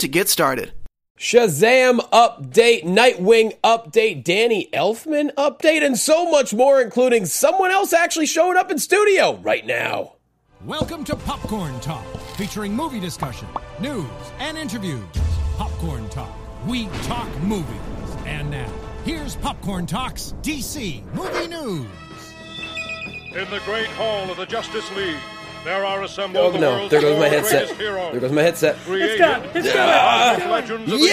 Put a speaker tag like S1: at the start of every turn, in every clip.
S1: to get started.
S2: Shazam update, Nightwing update, Danny Elfman update, and so much more, including someone else actually showing up in studio right now.
S3: Welcome to Popcorn Talk, featuring movie discussion, news, and interviews. Popcorn Talk, we talk movies. And now, here's Popcorn Talk's DC Movie News.
S4: In the great hall of the Justice League, there are
S2: Oh
S4: assembled the
S2: no,
S4: world's
S2: there goes my headset.
S4: greatest heroes.
S2: There goes my headset.
S4: Created
S5: gone. It's gone.
S4: by the legends of the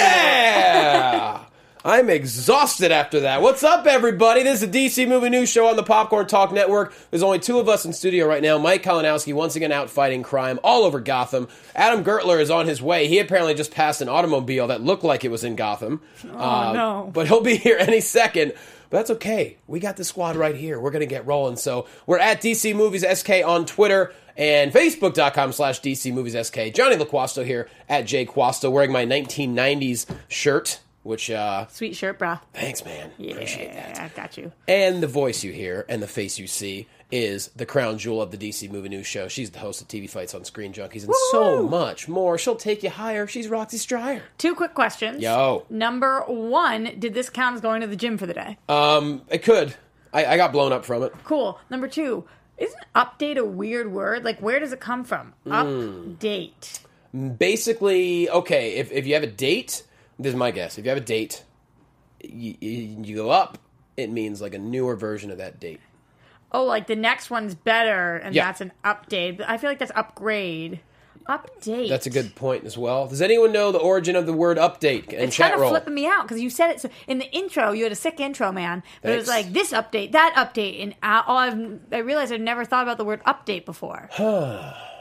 S2: Yeah! I'm exhausted after that. What's up, everybody? This is the DC Movie News Show on the Popcorn Talk Network. There's only two of us in studio right now. Mike Kalinowski once again out fighting crime all over Gotham. Adam Gertler is on his way. He apparently just passed an automobile that looked like it was in Gotham. Oh,
S5: no.
S2: But he'll be here any second. But that's okay. We got the squad right here. We're going to get rolling. So we're at DC Movies SK on Twitter and Facebook.com slash DC Movies SK. Johnny LaQuasto here at Jay Quasto wearing my 1990s shirt, which, uh,
S5: Sweet shirt, brah.
S2: thanks, man. Appreciate that.
S5: I got you.
S2: And the voice you hear and the face you see is the crown jewel of the DC Movie News Show. She's the host of TV Fights on Screen Junkies and so much more. She'll take you higher. She's Roxy Stryer.
S5: Two quick questions.
S2: Yo.
S5: Number one, did this count as going to the gym for the day?
S2: Um, it could. I, I got blown up from it.
S5: cool. Number two, isn't update a weird word? Like, where does it come from?
S2: Hmm.
S5: Update.
S2: basically okay if, if you have a date this is my guess if you have a date you, you go up it means like a newer version of that date
S5: Oh, like the next one's better, and
S2: Yeah.
S5: that's an update. But I feel like that's upgrade. Update.
S2: that's a good point as well does anyone know the origin of the word update and
S5: It's
S2: chat
S5: kind of
S2: roll
S5: flipping me out because you said it so, in the intro. You had a sick intro, man. But it was
S2: Thanks.
S5: like this update, that update, and I, all I've, I realized I've never thought about the word update before.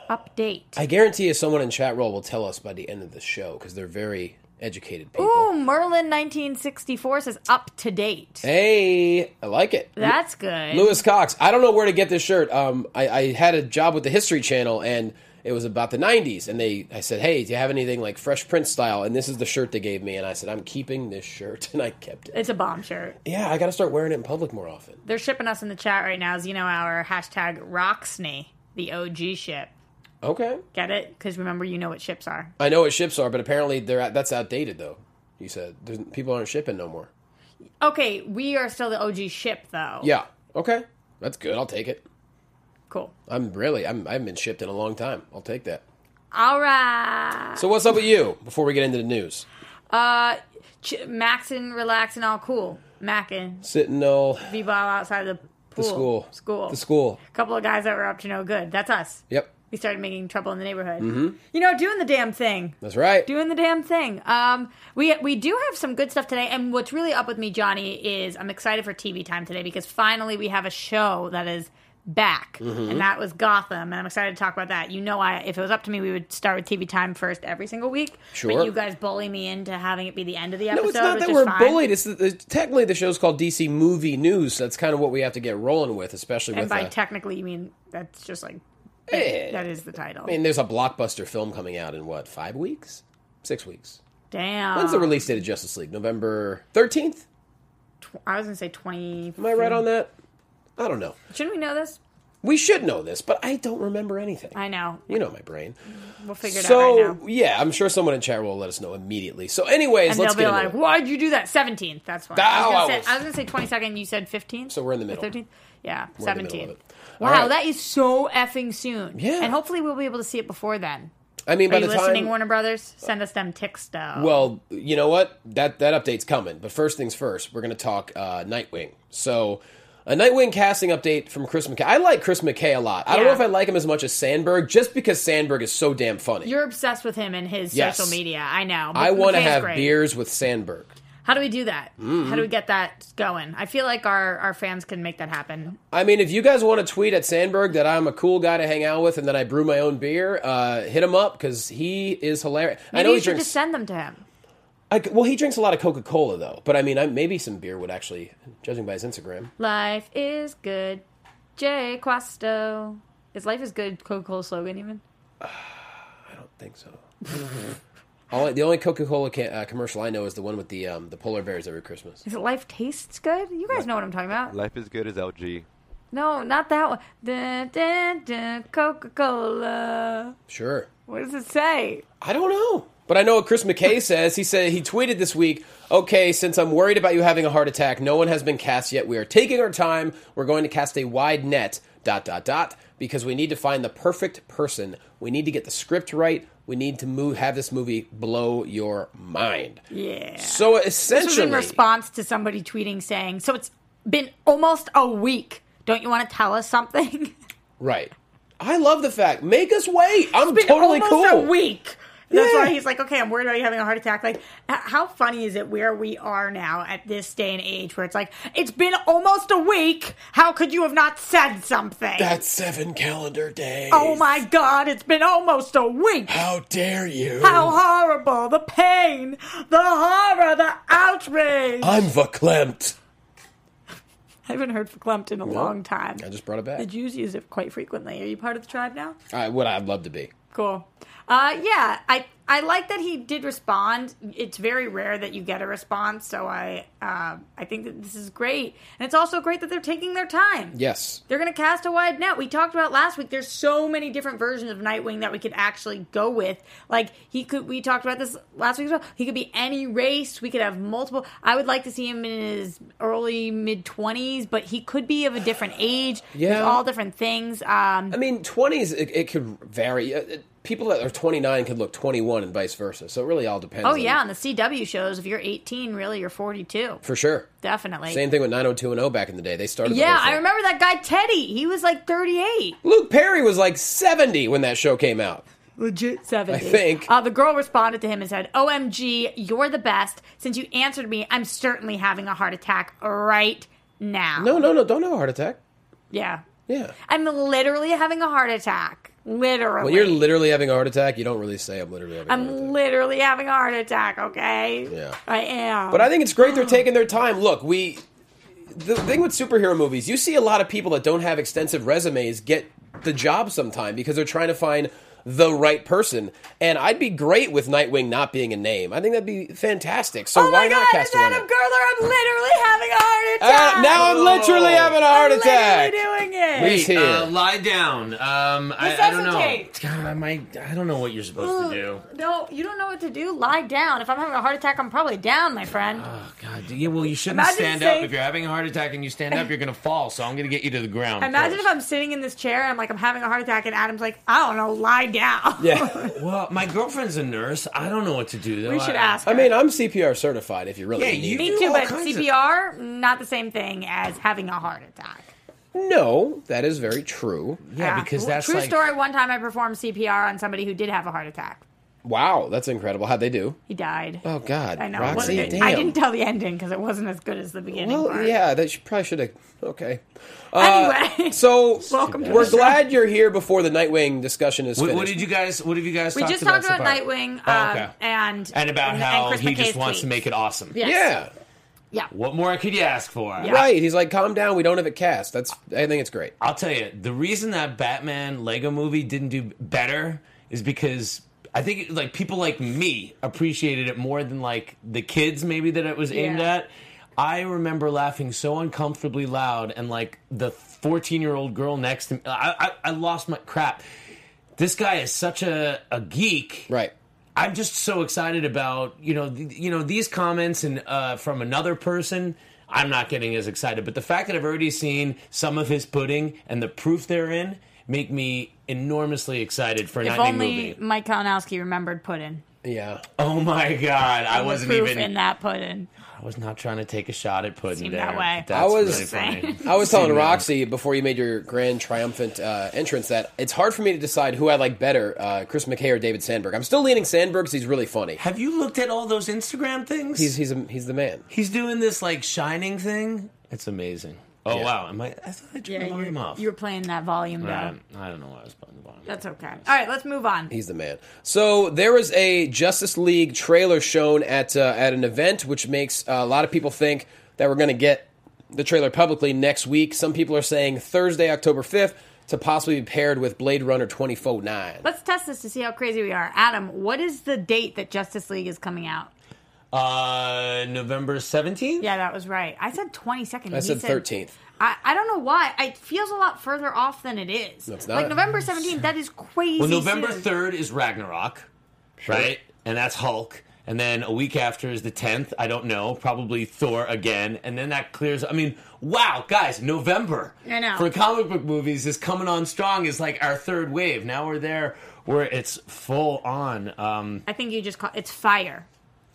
S5: update.
S2: i guarantee you someone in chat roll will tell us by the end of the show because they're very educated people
S5: Ooh, Merlin 1964 says up to date.
S2: hey i like it
S5: That's good.
S2: Lewis Cox. I don't know where to get this shirt. Um, I, I had a job with the History Channel, and it was about the '90s. And they, I said, "Hey, do you have anything like Fresh Prince style?" And this is the shirt they gave me. And I said, "I'm keeping this shirt," and I kept it.
S5: It's a bomb shirt.
S2: Yeah, I got to start wearing it in public more often.
S5: They're shipping us in the chat right now. As you know, our hashtag Roxney, the OG ship.
S2: Okay,
S5: Get it? Because remember, you know what ships are.
S2: I know what ships are, but apparently they're out- that's outdated though. You said There's, people aren't shipping no more.
S5: Okay, we are still the OG ship, though.
S2: Yeah. Okay, that's good. I'll take it.
S5: Cool.
S2: I'm really I'm, I haven't been shipped in a long time. I'll take that.
S5: All right.
S2: So what's up with you? Before we get into the news,
S5: Uh, ch- maxing, relaxing, all cool. Mackin,
S2: Sentinel,
S5: b-ball outside the pool.
S2: the school,
S5: School.
S2: the school.
S5: couple of guys that were up to no good. That's us.
S2: Yep,
S5: We started making trouble in the neighborhood.
S2: Mm-hmm.
S5: You know, doing the damn thing.
S2: that's right.
S5: doing the damn thing. Um, we we do have some good stuff today, and what's really up with me, Johnny, is I'm excited for TV time today because finally we have a show that is back,
S2: Mm-hmm.
S5: and that was Gotham, and I'm excited to talk about that. You know, I if it was up to me, we would start with TV time first every single week.
S2: Sure.
S5: but you guys bully me into having it be the end of the
S2: No,
S5: episode.
S2: it's not
S5: which
S2: that
S5: is
S2: we're
S5: fine.
S2: bullied. It's, it's technically the show's called DC Movie News. That's kind of what we have to get rolling with, especially
S5: And
S2: with.
S5: by
S2: uh,
S5: technically, you mean that's just like
S2: eh,
S5: that is the title.
S2: I mean, there's a blockbuster film coming out in what five weeks, six weeks.
S5: Damn,
S2: When's the release date of Justice League? November thirteenth.
S5: I was gonna say twenty.
S2: Am I right on that? I don't know.
S5: Shouldn't we know this?
S2: We should know this, but I don't remember anything.
S5: I know.
S2: you know my brain.
S5: We'll figure it out
S2: so
S5: right now.
S2: yeah, I'm sure someone in chat will let us know immediately. So, anyways,
S5: And
S2: let's
S5: they'll be
S2: get
S5: like,
S2: into it.
S5: "Why'd you do that?" Seventeenth. That's why.
S2: Oh,
S5: I
S2: I
S5: was gonna
S2: was-
S5: say, I was gonna say twenty second. You said fifteenth.
S2: So we're in the middle.
S5: Thirteenth. Yeah,
S2: in the middle of
S5: seventeenth.
S2: it. All
S5: Wow,
S2: right.
S5: that is so effing soon.
S2: Yeah.
S5: and hopefully we'll be able to see it before then.
S2: I mean,
S5: Are
S2: by
S5: you
S2: the
S5: listening,
S2: time
S5: Warner Brothers? Send us them ticks, though.
S2: Well, you know what? That that update's coming. But first things first, we're going to talk uh, Nightwing. So, a Nightwing casting update from Chris McKay. I like Chris McKay a lot. I don't know
S5: Yeah.
S2: if I like him as much as Sandberg, just because Sandberg is so damn funny.
S5: You're obsessed with him and his
S2: Yes.
S5: social media. I know.
S2: I want to
S5: McKay's
S2: have Mm-hmm.
S5: great.
S2: beers with Sandberg.
S5: How do we do that? How do we get that going? I feel like our, our fans can make that happen.
S2: I mean, if you guys want to tweet at Sandberg that I'm a cool guy to hang out with and that I brew my own beer, uh, hit him up because he is hilarious. I
S5: Maybe
S2: know
S5: you
S2: he
S5: should
S2: drinks.
S5: just send them to him.
S2: I c- well, he drinks a lot of Coca Cola though, but I mean, I, maybe some beer would actually, judging by his Instagram.
S5: Life is good. Jay Quasto. Is life is good Coca Cola slogan even?
S2: I don't think so. All, the only Coca Cola can, uh, commercial I know is the one with the um, the polar bears every Christmas.
S5: Is it life tastes good? You guys know what I'm talking about.
S6: Life is good as LG.
S5: No, not that one. Dun, dun, dun, Coca Cola.
S2: Sure.
S5: What does it say?
S2: I don't know. But I know what Chris McKay says. He said he tweeted this week, okay, since I'm worried about you having a heart attack, no one has been cast yet. We are taking our time. We're going to cast a wide net, dot, dot, dot, because we need to find the perfect person. We need to get the script right. We need to move, have this movie blow your mind.
S5: Yeah.
S2: So
S5: This was
S2: essentially,
S5: in response to somebody tweeting saying, So it's been almost a week. Don't you want to tell us something?
S2: right. I love the fact. Make us wait. I'm
S5: been
S2: totally
S5: almost
S2: cool.
S5: a week. That's
S2: Yeah.
S5: why he's like, okay, I'm worried about you having a heart attack. Like, h- how funny is it where we are now at this day and age, where it's like, it's been almost a week. How could you have not said something?
S2: That's seven calendar days.
S5: oh my god, it's been almost a week.
S2: How dare you?
S5: How horrible! The pain, the horror, the outrage.
S2: I'm verklempt.
S5: I haven't heard verklempt in a long time.
S2: I just brought it back.
S5: The Jews use it quite frequently. Are you part of the tribe now?
S2: I would. I'd love to be.
S5: Cool. Uh, yeah, I I like that he did respond. It's very rare that you get a response, so I uh, I think that this is great, and it's also great that they're taking their time.
S2: Yes.
S5: They're going to cast a wide net. We talked about last week. There's so many different versions of Nightwing that we could actually go with. Like he could. We talked about this last week as well. He could be any race. We could have multiple. I would like to see him in his early mid 20s, but he could be of a different age. There's
S2: Yeah.
S5: all different things. Um,
S2: I mean, twenties it, it could vary. Uh, it- People that are twenty nine could look twenty one and vice versa. So it really all depends.
S5: oh
S2: on-
S5: yeah, on the CW shows, if you're 18, really you're 42.
S2: for sure.
S5: Definitely.
S2: Same thing with nine hundred two and zero back in the day. They started. the
S5: yeah,
S2: whole
S5: I
S2: thing.
S5: remember that guy Teddy. He was like 38.
S2: Luke Perry was like seventy when that show came out.
S5: legit 70.
S2: I think.
S5: Uh, the girl responded to him and said, OMG, you're the best. Since you answered me, I'm certainly having a heart attack right now.
S2: No, no, no! Don't have a heart attack.
S5: Yeah.
S2: Yeah.
S5: I'm literally having a heart attack. Literally.
S2: When you're literally having a heart attack, you don't really say I'm literally having. a heart attack.
S5: I'm literally having a heart attack, okay?
S2: Yeah.
S5: I am.
S2: But I think it's great they're taking their time. Look, we the thing with superhero movies, you see a lot of people that don't have extensive resumes get the job sometime because they're trying to find the right person. And I'd be great with Nightwing not being a name. I think that'd be fantastic. So
S5: Oh
S2: why
S5: my god,
S2: not cast
S5: it's Adam
S2: one?
S5: Gerler. I'm literally having a heart attack.
S2: Uh, now I'm literally having a heart attack.
S5: literally doing it.
S2: He's here.
S7: Uh, lie down. Um, I, I don't know.
S5: Resuscitate.
S7: God, I might. I don't know what you're supposed to do.
S5: No, you don't know what to do. Lie down. If I'm having a heart attack, I'm probably down, my friend.
S7: Oh God. Yeah. Well, you shouldn't
S5: Imagine
S7: stand
S5: saying-
S7: up. If you're having a heart attack and you stand up, you're gonna fall. So I'm gonna get you to the ground.
S5: Imagine if
S7: first.
S5: I'm sitting in this chair and I'm like, I'm having a heart attack, and Adam's like, I don't know, lie down.
S2: yeah.
S7: Well, my girlfriend's a nurse. I don't know what to do. Though.
S5: we should
S7: I-
S5: ask.
S2: I
S5: her.
S2: mean, I'm CPR certified if you really
S7: Yeah,
S2: need
S7: you-
S2: it.
S5: me
S7: do
S5: too,
S7: all
S5: but
S7: kinds of-
S5: CPR not the same thing as having a heart attack.
S2: No, that is very true.
S7: Yeah, because that's
S5: true
S7: like.
S5: story. One time I performed CPR on somebody who did have a heart attack.
S2: Wow, that's incredible. How'd they do?
S5: He died.
S2: Oh God.
S5: I know.
S2: Roxy,
S5: What-
S2: damn.
S5: I didn't tell the ending because it wasn't as good as the beginning.
S2: Well,
S5: part.
S2: yeah, that should, probably should have. Okay.
S7: uh,
S5: Anyway.
S2: so
S5: Welcome to
S2: we're
S5: the show.
S2: glad you're here before the Nightwing discussion is
S7: What,
S2: finished.
S7: what did you guys? What have you guys?
S5: we just
S7: about
S5: talked about,
S7: so far?
S5: Nightwing
S7: Oh,
S5: um,
S7: okay.
S5: and
S7: and about
S5: and-
S7: how
S5: and Chris
S7: he just
S5: McKay's
S7: wants to
S5: tweets.
S7: make it awesome.
S5: Yes.
S2: yeah,
S5: yeah.
S7: What more could you ask for?
S5: Yeah.
S2: right. He's like, calm down. We don't have it cast. That's. I think it's great.
S7: I'll tell you, the reason that Batman Lego movie didn't do better is because I think like people like me appreciated it more than like the kids maybe that it was aimed
S5: Yeah.
S7: at. I remember laughing so uncomfortably loud and like the 14 year old girl next to me, I, I, I lost my crap. This guy is such a, a geek.
S2: Right.
S7: I'm just so excited about you know th- you know these comments and uh, from another person. I'm not getting as excited, but the fact that I've already seen some of his pudding and the proof therein make me enormously excited for a
S5: If
S7: Nightwing
S5: only
S7: movie.
S5: Mike Kalinowski remembered Puddin.
S2: Yeah.
S7: Oh my god, I wasn't
S5: proof
S7: even.
S5: in that pudding.
S7: I was not trying to take a shot at pudding
S5: Seemed
S7: there.
S5: that way.
S7: That's
S5: I
S2: was-
S7: really funny.
S2: I was telling Roxy before you made your grand triumphant uh, entrance that it's hard for me to decide who I like better, uh, Chris McKay or David Sandberg. I'm still leaning Sandberg because he's really funny.
S7: Have you looked at all those Instagram things?
S2: He's he's a, he's the man.
S7: He's doing this like shining thing. It's amazing. Oh
S2: Yeah.
S7: wow! Am I? I thought I turned the volume
S5: you,
S7: off.
S5: you were playing that volume though.
S7: I, I don't know why I was playing the volume.
S5: That's okay. All right, let's move on.
S2: He's the man. So there was a Justice League trailer shown at uh, at an event, which makes uh, a lot of people think that we're going to get the trailer publicly next week. Some people are saying Thursday, October fifth, to possibly be paired with Blade Runner twenty four nine.
S5: Let's test this to see how crazy we are. Adam, what is the date that Justice League is coming out?
S7: Uh, November seventeenth.
S5: Yeah, that was right. I said 22nd.
S2: I said thirteenth.
S5: I, I don't know why. It feels a lot further off than it is.
S2: it's
S5: Like
S2: not.
S5: November 17th, that is crazy.
S7: Well, November
S5: soon.
S7: third is Ragnarok, right? And that's Hulk. And then a week after is the tenth. I don't know. Probably Thor again. And then that clears. I mean, wow, guys, November
S5: I know.
S7: for comic book movies is coming on strong. Is like our third wave. Now we're there where it's full on. Um,
S5: I think you just call it's fire.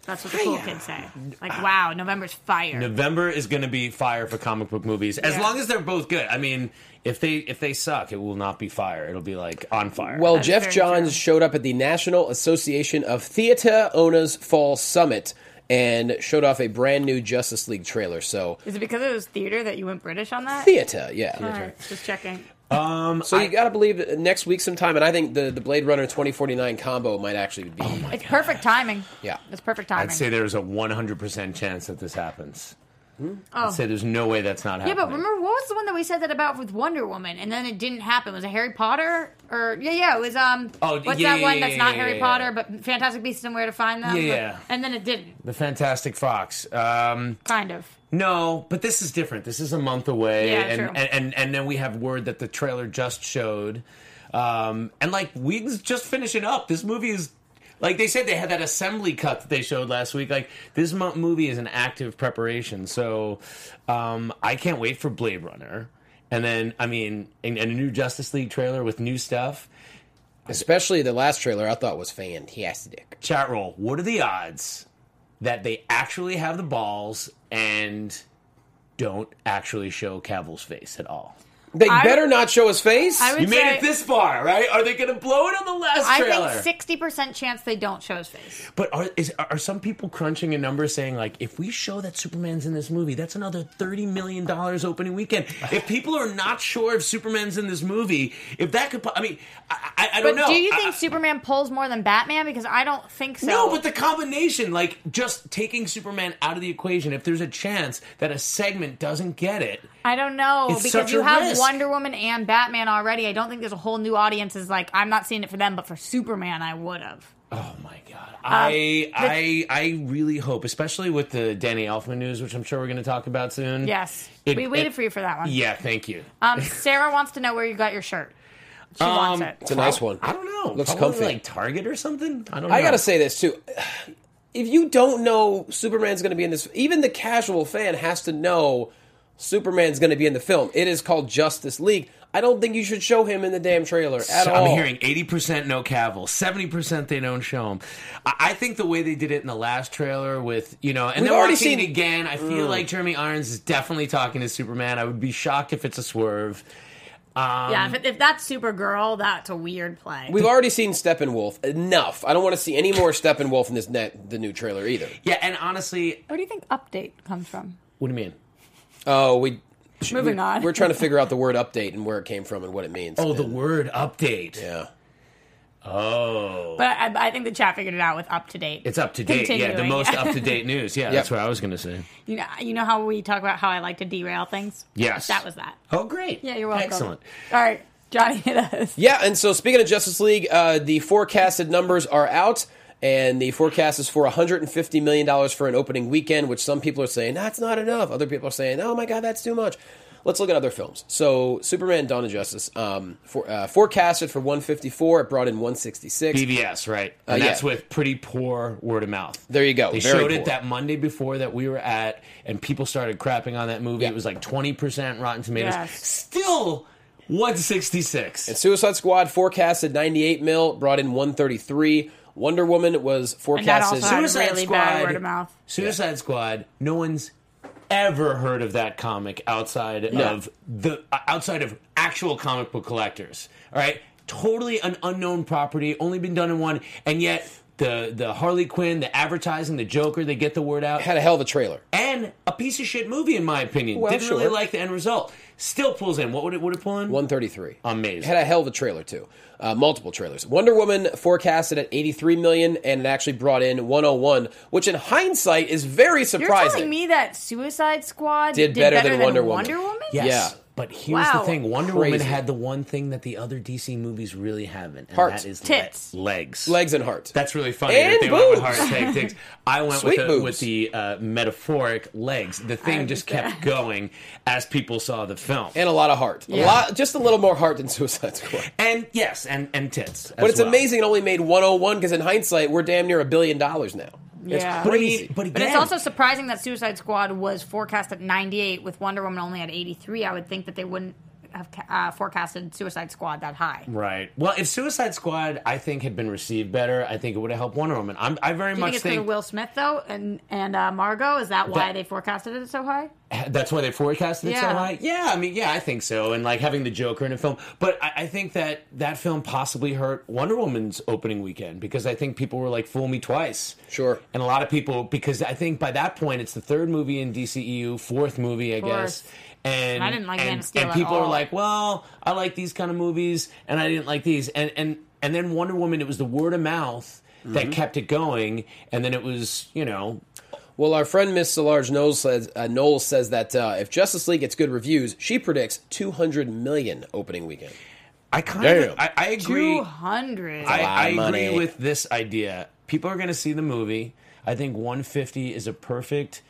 S5: That's what the cool kids say.
S7: ah.
S5: Like, wow, November's fire.
S7: November is going to be fire for comic book movies as
S5: Yeah.
S7: long as they're both good. I mean, if they if they suck, it will not be fire. It'll be like on fire.
S2: Well,
S5: That's
S2: Jeff
S5: very
S2: Johns
S5: true.
S2: showed up at the National Association of Theatre Owners Fall Summit and showed off a brand new Justice League trailer. So
S5: Is it because it was theater that you went British on that?
S2: theater, yeah.
S5: All right, just checking.
S2: So you got to believe that next week sometime, and I think the the Blade Runner twenty forty nine combo might actually be.
S7: Oh
S5: It's perfect timing.
S2: Yeah.
S5: It's perfect timing.
S7: I'd say there's a 100 percent chance that this happens.
S5: oh.
S7: I'd say there's no way that's not
S5: yeah,
S7: happening.
S5: but remember what was the one that we said that about with Wonder Woman and then it didn't happen? Was it Harry Potter? Or yeah, yeah, it was um
S7: Oh,
S5: what's
S7: yeah,
S5: that
S7: yeah,
S5: one
S7: yeah,
S5: that's
S7: yeah,
S5: not
S7: yeah,
S5: Harry
S7: yeah.
S5: Potter but Fantastic Beasts and Where to Find Them?
S7: Yeah,
S5: but-
S7: yeah.
S5: and then it didn't.
S7: the Fantastic Fox. Um,
S5: Kind of.
S7: no, but this is different. This is a month away,
S5: Yeah,
S7: and,
S5: true.
S7: and and and then we have word that the trailer just showed, um, and like Whedon's just finishing up. This movie is. Like they said, they had that assembly cut that they showed last week. Like this mo- movie is an active preparation, so um, I can't wait for Blade Runner, and then I mean, and, and a new Justice League trailer with new stuff.
S2: Especially the last trailer, I thought was fantastic.
S7: Chat roll: What are the odds that they actually have the balls and don't actually show Cavill's face at all?
S2: They
S5: I-
S2: better not show his face.
S5: I would
S7: You made
S5: say
S7: it this far, right? Are they going to blow it on the last
S5: I
S7: trailer?
S5: think sixty percent chance they don't show his face.
S7: but are, is, are some people crunching a number saying like, if we show that Superman's in this movie, that's another thirty million dollars opening weekend? If people are not sure if Superman's in this movie, if that could, po- I mean, I, I, I
S5: But
S7: don't know.
S5: do you
S7: I-
S5: think Superman pulls more than Batman? Because I don't think so.
S7: No, but the combination, like just taking Superman out of the equation, if there's a chance that a segment doesn't get it,
S5: I don't know
S7: It's
S5: because
S7: such
S5: you
S7: a
S5: have
S7: risk.
S5: Wonder Woman and Batman already. I don't think there's a whole new audience. Is like I'm not seeing it for them, but for Superman, I would have.
S7: oh my god,
S5: Um,
S7: I I I really hope, especially with the Danny Elfman news, which I'm sure we're going to talk about soon.
S5: Yes,
S7: It-
S5: we waited
S7: it-
S5: for you for that one.
S7: Yeah, thank you.
S5: Um, Sarah wants to know where you got your shirt. She wants
S7: Um,
S5: it.
S2: it's a nice one.
S7: I don't know.
S2: Looks
S7: Probably,
S2: comfy.
S7: like Target or something. I don't. know.
S2: I gotta say this too. If you don't know Superman's gonna be in this, even the casual fan has to know Superman's gonna be in the film. It is called Justice League. I don't think you should show him in the damn trailer at
S7: So
S2: all.
S7: I'm hearing 80% no Cavill, 70% they don't show him. I, I think the way they did it in the last trailer with, you know, and
S2: We've
S7: then
S2: already
S7: already seen it
S2: seen- Mm.
S7: again, I feel like Jeremy Irons is definitely talking to Superman. I would be shocked if it's a swerve. Um,
S5: yeah, if, if that's Supergirl, that's a weird play.
S2: We've already seen Steppenwolf. Enough. I don't want to see any more Steppenwolf in this net the new trailer either.
S7: yeah, and honestly,
S5: where do you think update comes from?
S7: what do you mean?
S2: Oh, we.
S5: Moving
S2: we-
S5: on.
S2: We're trying to figure out the word update and where it came from and what it means.
S7: Oh, the
S2: And-
S7: word update.
S2: yeah.
S7: Oh.
S5: But I, I think the chat figured it out with up to date.
S7: It's up to date. Yeah, the
S5: Continuing.
S7: most up to date news. Yeah, that's what I was going to say.
S5: You know, you know how we talk about how I like to derail things.
S7: Yes.
S5: that was that.
S7: Oh, great.
S5: Yeah, you're welcome.
S7: Excellent.
S5: All right, Johnny, hit us.
S2: Yeah, and so speaking of Justice League, uh, the forecasted numbers are out, and the forecast is for $150 million for an opening weekend, which some people are saying, that's not enough. Other people are saying, oh my God, that's too much. Let's look at other films. So, Superman Dawn of Justice, um, for, uh, forecasted for 154, it brought in 166.
S7: BBS, right?
S2: Uh,
S7: And
S2: yeah.
S7: that's with pretty poor word of mouth.
S2: There you go.
S7: They
S2: Oh, Very
S7: showed
S2: poor.
S7: it that Monday before that we were at, and people started crapping on that movie.
S2: Yeah.
S7: It was like twenty percent Rotten Tomatoes.
S5: Yes.
S7: Still one sixty six.
S2: Suicide Squad forecasted 98 mil, brought in 133. Wonder Woman was
S5: And that
S2: forecast
S5: also
S2: as
S5: had a
S7: Suicide
S5: really
S7: Squad.
S5: bad word of mouth.
S7: Suicide Squad. No one's ever heard of that comic outside of the uh, outside of actual comic book collectors. All right, totally an unknown property, only been done in one, and yet the the Harley Quinn, the advertising, the Joker, they get the word out,
S2: had a hell of a trailer.
S7: and a piece of shit movie in my opinion.
S2: Well,
S7: Didn't really
S2: sure.
S7: like the end result. Still pulls in. What would it would it pull in?
S2: 133.
S7: Amazing.
S2: Had a hell of a trailer too. Uh, multiple trailers. Wonder Woman forecasted at 83 million, and it actually brought in 101, which in hindsight is very
S5: You're
S2: surprising.
S5: telling me that Suicide Squad
S2: Did
S5: did,
S2: better
S5: better,
S2: than
S5: than,
S2: Wonder
S5: Wonder,
S2: Woman.
S5: Woman?
S7: Yes.
S2: Yeah.
S7: But here's
S5: Wow.
S7: the thing Wonder Woman
S2: Crazy.
S7: had the one thing that the other DC movies really haven't, and
S2: Hearts.
S7: that is le-
S5: Tits.
S7: legs.
S2: Legs and hearts.
S7: That's really funny.
S2: And
S7: that they went with
S2: boobs.
S7: heart tactics. I went
S2: Sweet
S7: with the,
S2: boobs.
S7: with the uh, metaphoric legs. The thing just kept going as people saw the film.
S2: and a lot of heart. A
S5: Yeah.
S2: lot, just a little more heart than Suicide Squad.
S7: And yes, and, and tits.
S2: But it's amazing it only made 101 because in hindsight we're damn near a billion dollars now.
S5: Yeah.
S2: It's
S7: But,
S2: crazy.
S7: he- but, again,
S5: But it's also surprising that Suicide Squad was forecast at 98 with Wonder Woman only at 83. I would think that they wouldn't have ca- uh, forecasted Suicide Squad that high.
S7: Right. Well, if Suicide Squad, I think, had been received better, I think it would have helped Wonder Woman. I'm, I very
S5: Do you
S7: much
S5: think it's because of Will Smith though, and and uh, Margot? Is that why
S7: That-
S5: they forecasted it so high?
S7: That's why they forecasted it so
S5: Yeah.
S7: high. Yeah, I mean, yeah, I think so. And like having the Joker in a film, but I, I think that that film possibly hurt Wonder Woman's opening weekend because I think people were like, "Fool me twice."
S2: Sure.
S7: And a lot of people because I think by that point it's the third movie in DCEU, fourth movie, I guess.
S5: Fourth.
S7: And,
S5: And I didn't like Man
S7: and,
S5: of Steel
S7: and
S5: at
S7: people are
S5: all.
S7: like, "Well, I like these kind of movies, and I didn't like these." And and and then Wonder Woman, it was the word of mouth that kept it going, and then it was you know
S2: Well, our friend Miss Solange Knowles says, uh, Knowles says that uh, if Justice League gets good reviews, she predicts 200 million opening weekend.
S7: I kind
S2: Damn.
S7: of I, I agree.
S5: Two hundred.
S7: I,
S2: lot of
S7: I
S2: money.
S7: agree with this idea. People are going to see the movie. I think 150 is a perfect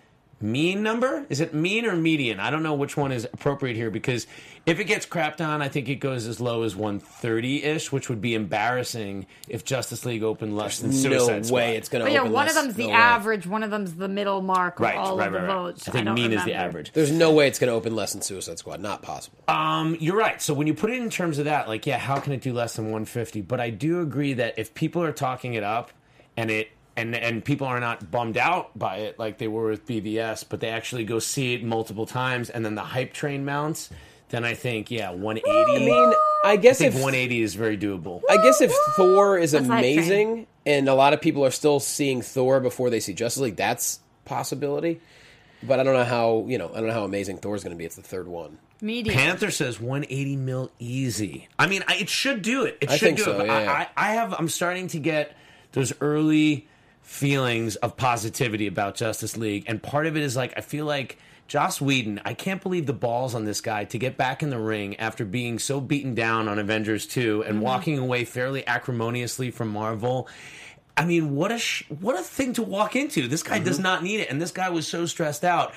S7: mean number. Is it mean or median? I don't know which one is appropriate here because if it gets crapped on, I think it goes as low as 130 ish, which would be embarrassing if Justice League opened less than Suicide
S2: no
S7: Squad.
S2: way it's going to
S5: But
S2: open
S5: yeah, one of
S2: less-
S5: them's the
S2: no way.
S5: average, one of them's the middle mark of
S7: Right,
S5: all
S7: right,
S5: of
S7: right,
S5: the
S7: right.
S5: votes.
S7: I think
S5: don't
S7: mean is the
S5: remember.
S7: average.
S2: There's no way it's going to open less than Suicide Squad. Not possible.
S7: Um, you're right. So when you put it in terms of that, like, yeah, how can it do less than 150? But I do agree that if people are talking it up and it and and people are not bummed out by it like they were with BVS, but they actually go see it multiple times and then the hype train mounts, then I think yeah, 180.
S2: I mean, I guess
S7: Mm. think
S2: if
S7: 180 is very doable.
S2: I guess if Thor is
S5: That's hype train.
S2: amazing and a lot of people are still seeing Thor before they see Justice League, that's possibility. But I don't know how you know. I don't know how amazing Thor is going to be. It's the third one.
S5: Median.
S7: Panther says 180 mil easy. I mean, I, it should do it. It
S2: I
S7: should
S2: think
S7: do
S2: so,
S7: it. But
S2: yeah.
S7: I, I, I have. I'm starting to get those early feelings of positivity about Justice League, and part of it is like I feel like Joss Whedon. I can't believe the balls on this guy to get back in the ring after being so beaten down on Avengers 2 and walking away fairly acrimoniously from Marvel. I mean, what a sh- what a thing to walk into. This guy does not need it, and this guy was so stressed out.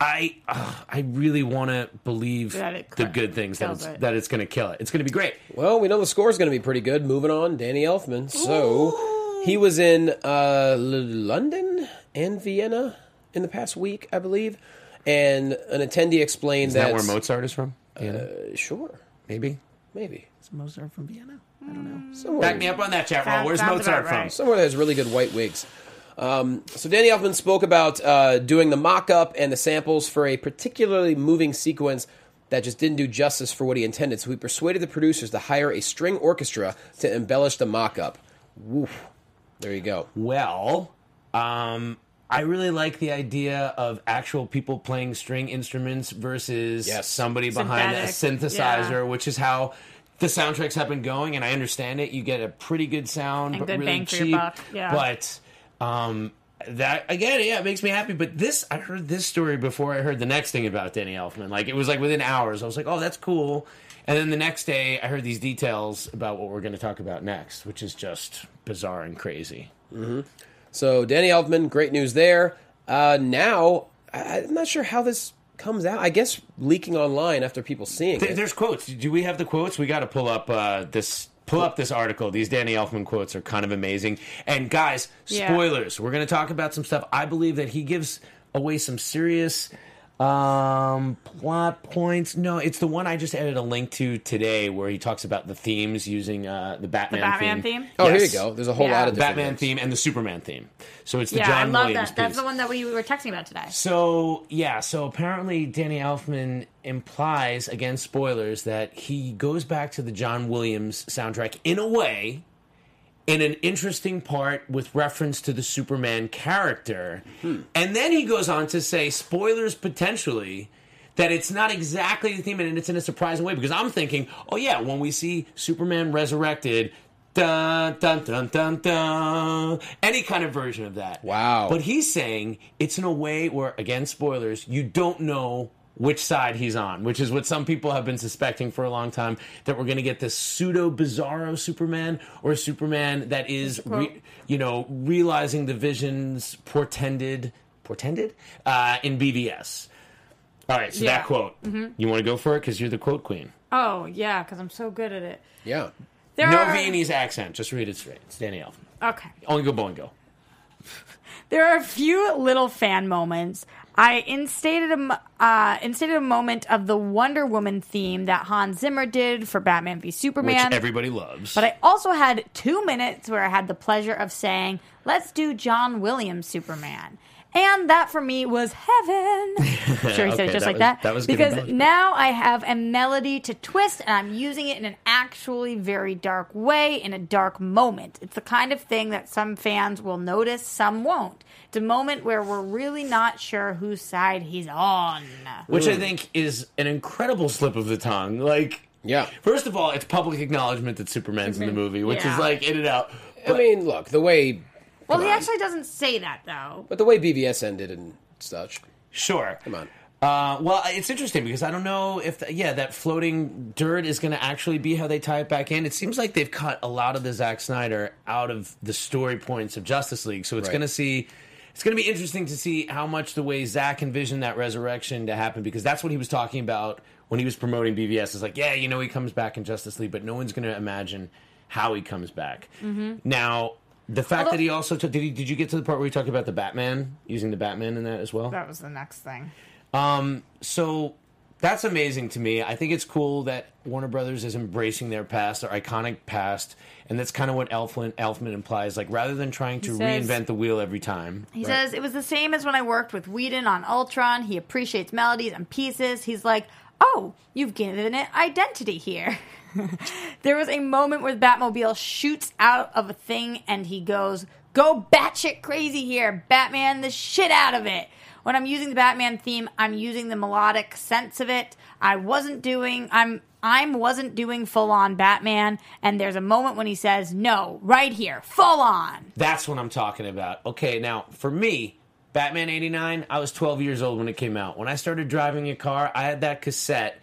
S7: I ugh, I really want to believe
S5: That it
S7: the
S5: cra-
S7: good things that
S5: kills
S7: it's,
S5: it.
S7: that it's going to kill it. It's going to be great.
S2: Well, we know the score is going to be pretty good. Moving on, Danny Elfman. So he was in uh, L- London and Vienna in the past week, I believe. And an attendee explained
S7: Is
S2: that
S7: that where Mozart is from? Vienna,
S2: sure,
S7: maybe.
S2: maybe
S7: Is Mozart from Vienna? I don't know.
S2: somewhere.
S7: Back me up on that chat roll.
S5: Sounds-
S7: Where's
S5: sounds
S7: Mozart
S5: about
S7: from?
S5: right.
S2: somewhere that has really good white wigs. Um, so Danny Elfman spoke about uh, doing the mock-up and the samples for a particularly moving sequence that just didn't do justice for what he intended. So he persuaded the producers to hire a string orchestra to embellish the mock-up. Woof. There you go.
S7: Well, um, I really like the idea of actual people playing string instruments versus
S2: Yes.
S7: somebody behind a
S5: Synthetic,
S7: synthesizer,
S5: yeah.
S7: which is how the soundtracks have been going. And I understand it; you get a pretty good sound,
S5: And
S7: but
S5: good
S7: really
S5: bang for
S7: cheap.
S5: your buck, yeah.
S7: But um, that again, yeah, it makes me happy. But this, I heard this story before I heard the next thing about Danny Elfman. Like it was like within hours, I was like, "Oh, that's cool." And then the next day, I heard these details about what we're going to talk about next, which is just bizarre and crazy.
S2: So Danny Elfman, great news there. Uh, now I- I'm not sure how this comes out. I guess leaking online after people seeing
S7: Th-
S2: it.
S7: There's quotes. Do we have the quotes? We got to pull up uh, this. Pull up this article. These Danny Elfman quotes are kind of amazing. And guys,
S5: Yeah.
S7: spoilers. We're going to talk about some stuff. I believe that he gives away some serious Um, plot points. No, it's the one I just added a link to today, where he talks about the themes using uh, the Batman.
S5: Batman theme?
S2: Oh, here
S7: Yes.
S2: you go. There's a whole
S5: Yeah.
S2: lot of different
S7: Batman
S2: ones.
S7: theme and the Superman theme. So it's the
S5: Yeah,
S7: John
S5: I love
S7: Williams
S5: that. That's
S7: piece.
S5: the one that we were texting about today.
S7: So yeah, so apparently Danny Elfman implies, again spoilers, that he goes back to the John Williams soundtrack in a way, in an interesting part with reference to the Superman character, and then he goes on to say, spoilers potentially. That it's not exactly the theme, and it's in a surprising way because I'm thinking, oh yeah, when we see Superman resurrected, dun dun dun dun dun, any kind of version of that.
S2: Wow.
S7: But he's saying it's in a way where, again, spoilers, you don't know which side he's on, which is what some people have been suspecting for a long time that we're going to get this pseudo bizarro Superman or Superman that is, re- you know, realizing the visions portended, portended uh, in BVS. All right, so
S5: Yeah. Mm-hmm.
S7: that quote. You want to go for it because you're the quote queen.
S5: Oh yeah, because I'm so good at it.
S2: Yeah.
S5: There
S7: no
S5: are
S7: Viennese accent. Just read it straight. It's Danny Elfman.
S5: okay.
S7: Only go, boingo.
S5: There are a few little fan moments. I instated a, m- uh, instated a moment of the Wonder Woman theme that Hans Zimmer did for Batman v
S7: Which
S5: Superman.
S7: everybody loves.
S5: but I also had two minutes where I had the pleasure of saying, let's do John Williams Superman. And that for me was heaven. I'm sure he said
S7: Okay,
S5: it just
S7: that
S5: like
S7: was-
S5: that.
S7: that was good
S5: because
S7: embellishment.
S5: now I have a melody to twist and I'm using it in an actually very dark way in a dark moment. It's the kind of thing that some fans will notice, some won't. It's a moment where we're really not sure whose side he's on.
S7: which I think is an incredible slip of the tongue. Like,
S2: Yeah.
S7: First of all, it's public acknowledgement that Superman's in the movie, which
S5: Mm-hmm. yeah.
S7: is like in and out.
S2: I mean, look, the way
S5: Well,
S2: Come
S5: he
S2: on.
S5: actually doesn't say that though.
S2: but the way BVS ended and such.
S7: Sure.
S2: Come on.
S7: Uh, well, it's interesting because I don't know if th- yeah that floating dirt is going to actually be how they tie it back in. It seems like they've cut a lot of the Zack Snyder out of the story points of Justice League, so it's
S2: Right.
S7: going to see it's going to be interesting to see how much the way Zack envisioned that resurrection to happen because that's what he was talking about when he was promoting BVS. It's like yeah, you know he comes back in Justice League, but no one's going to imagine how he comes back. Now. The fact that he also took, did, he, did you get to the part where he talked about the Batman using the Batman in that as well?
S5: That was the next thing.
S7: so that's amazing to me. I think it's cool that Warner Brothers is embracing their past, their iconic past, and that's kind of what Elfman, Elfman implies. Like rather than trying to
S5: says-
S7: reinvent the wheel every time,
S5: He says it was the same as when I worked with Whedon on Ultron. He appreciates melodies and pieces. He's like, "Oh, you've given it identity here." there was a moment where the Batmobile shoots out of a thing, and he goes, "Go batshit crazy here, Batman! The shit out of it." When I'm using the Batman theme, I'm using the melodic sense of it. I wasn't doing. I'm. I'm wasn't doing full on Batman, and there's a moment when he says, "No, right here, full on."
S7: that's what I'm talking about. Okay, now for me, Batman 89, I was 12 years old when it came out. When I started driving a car, I had that cassette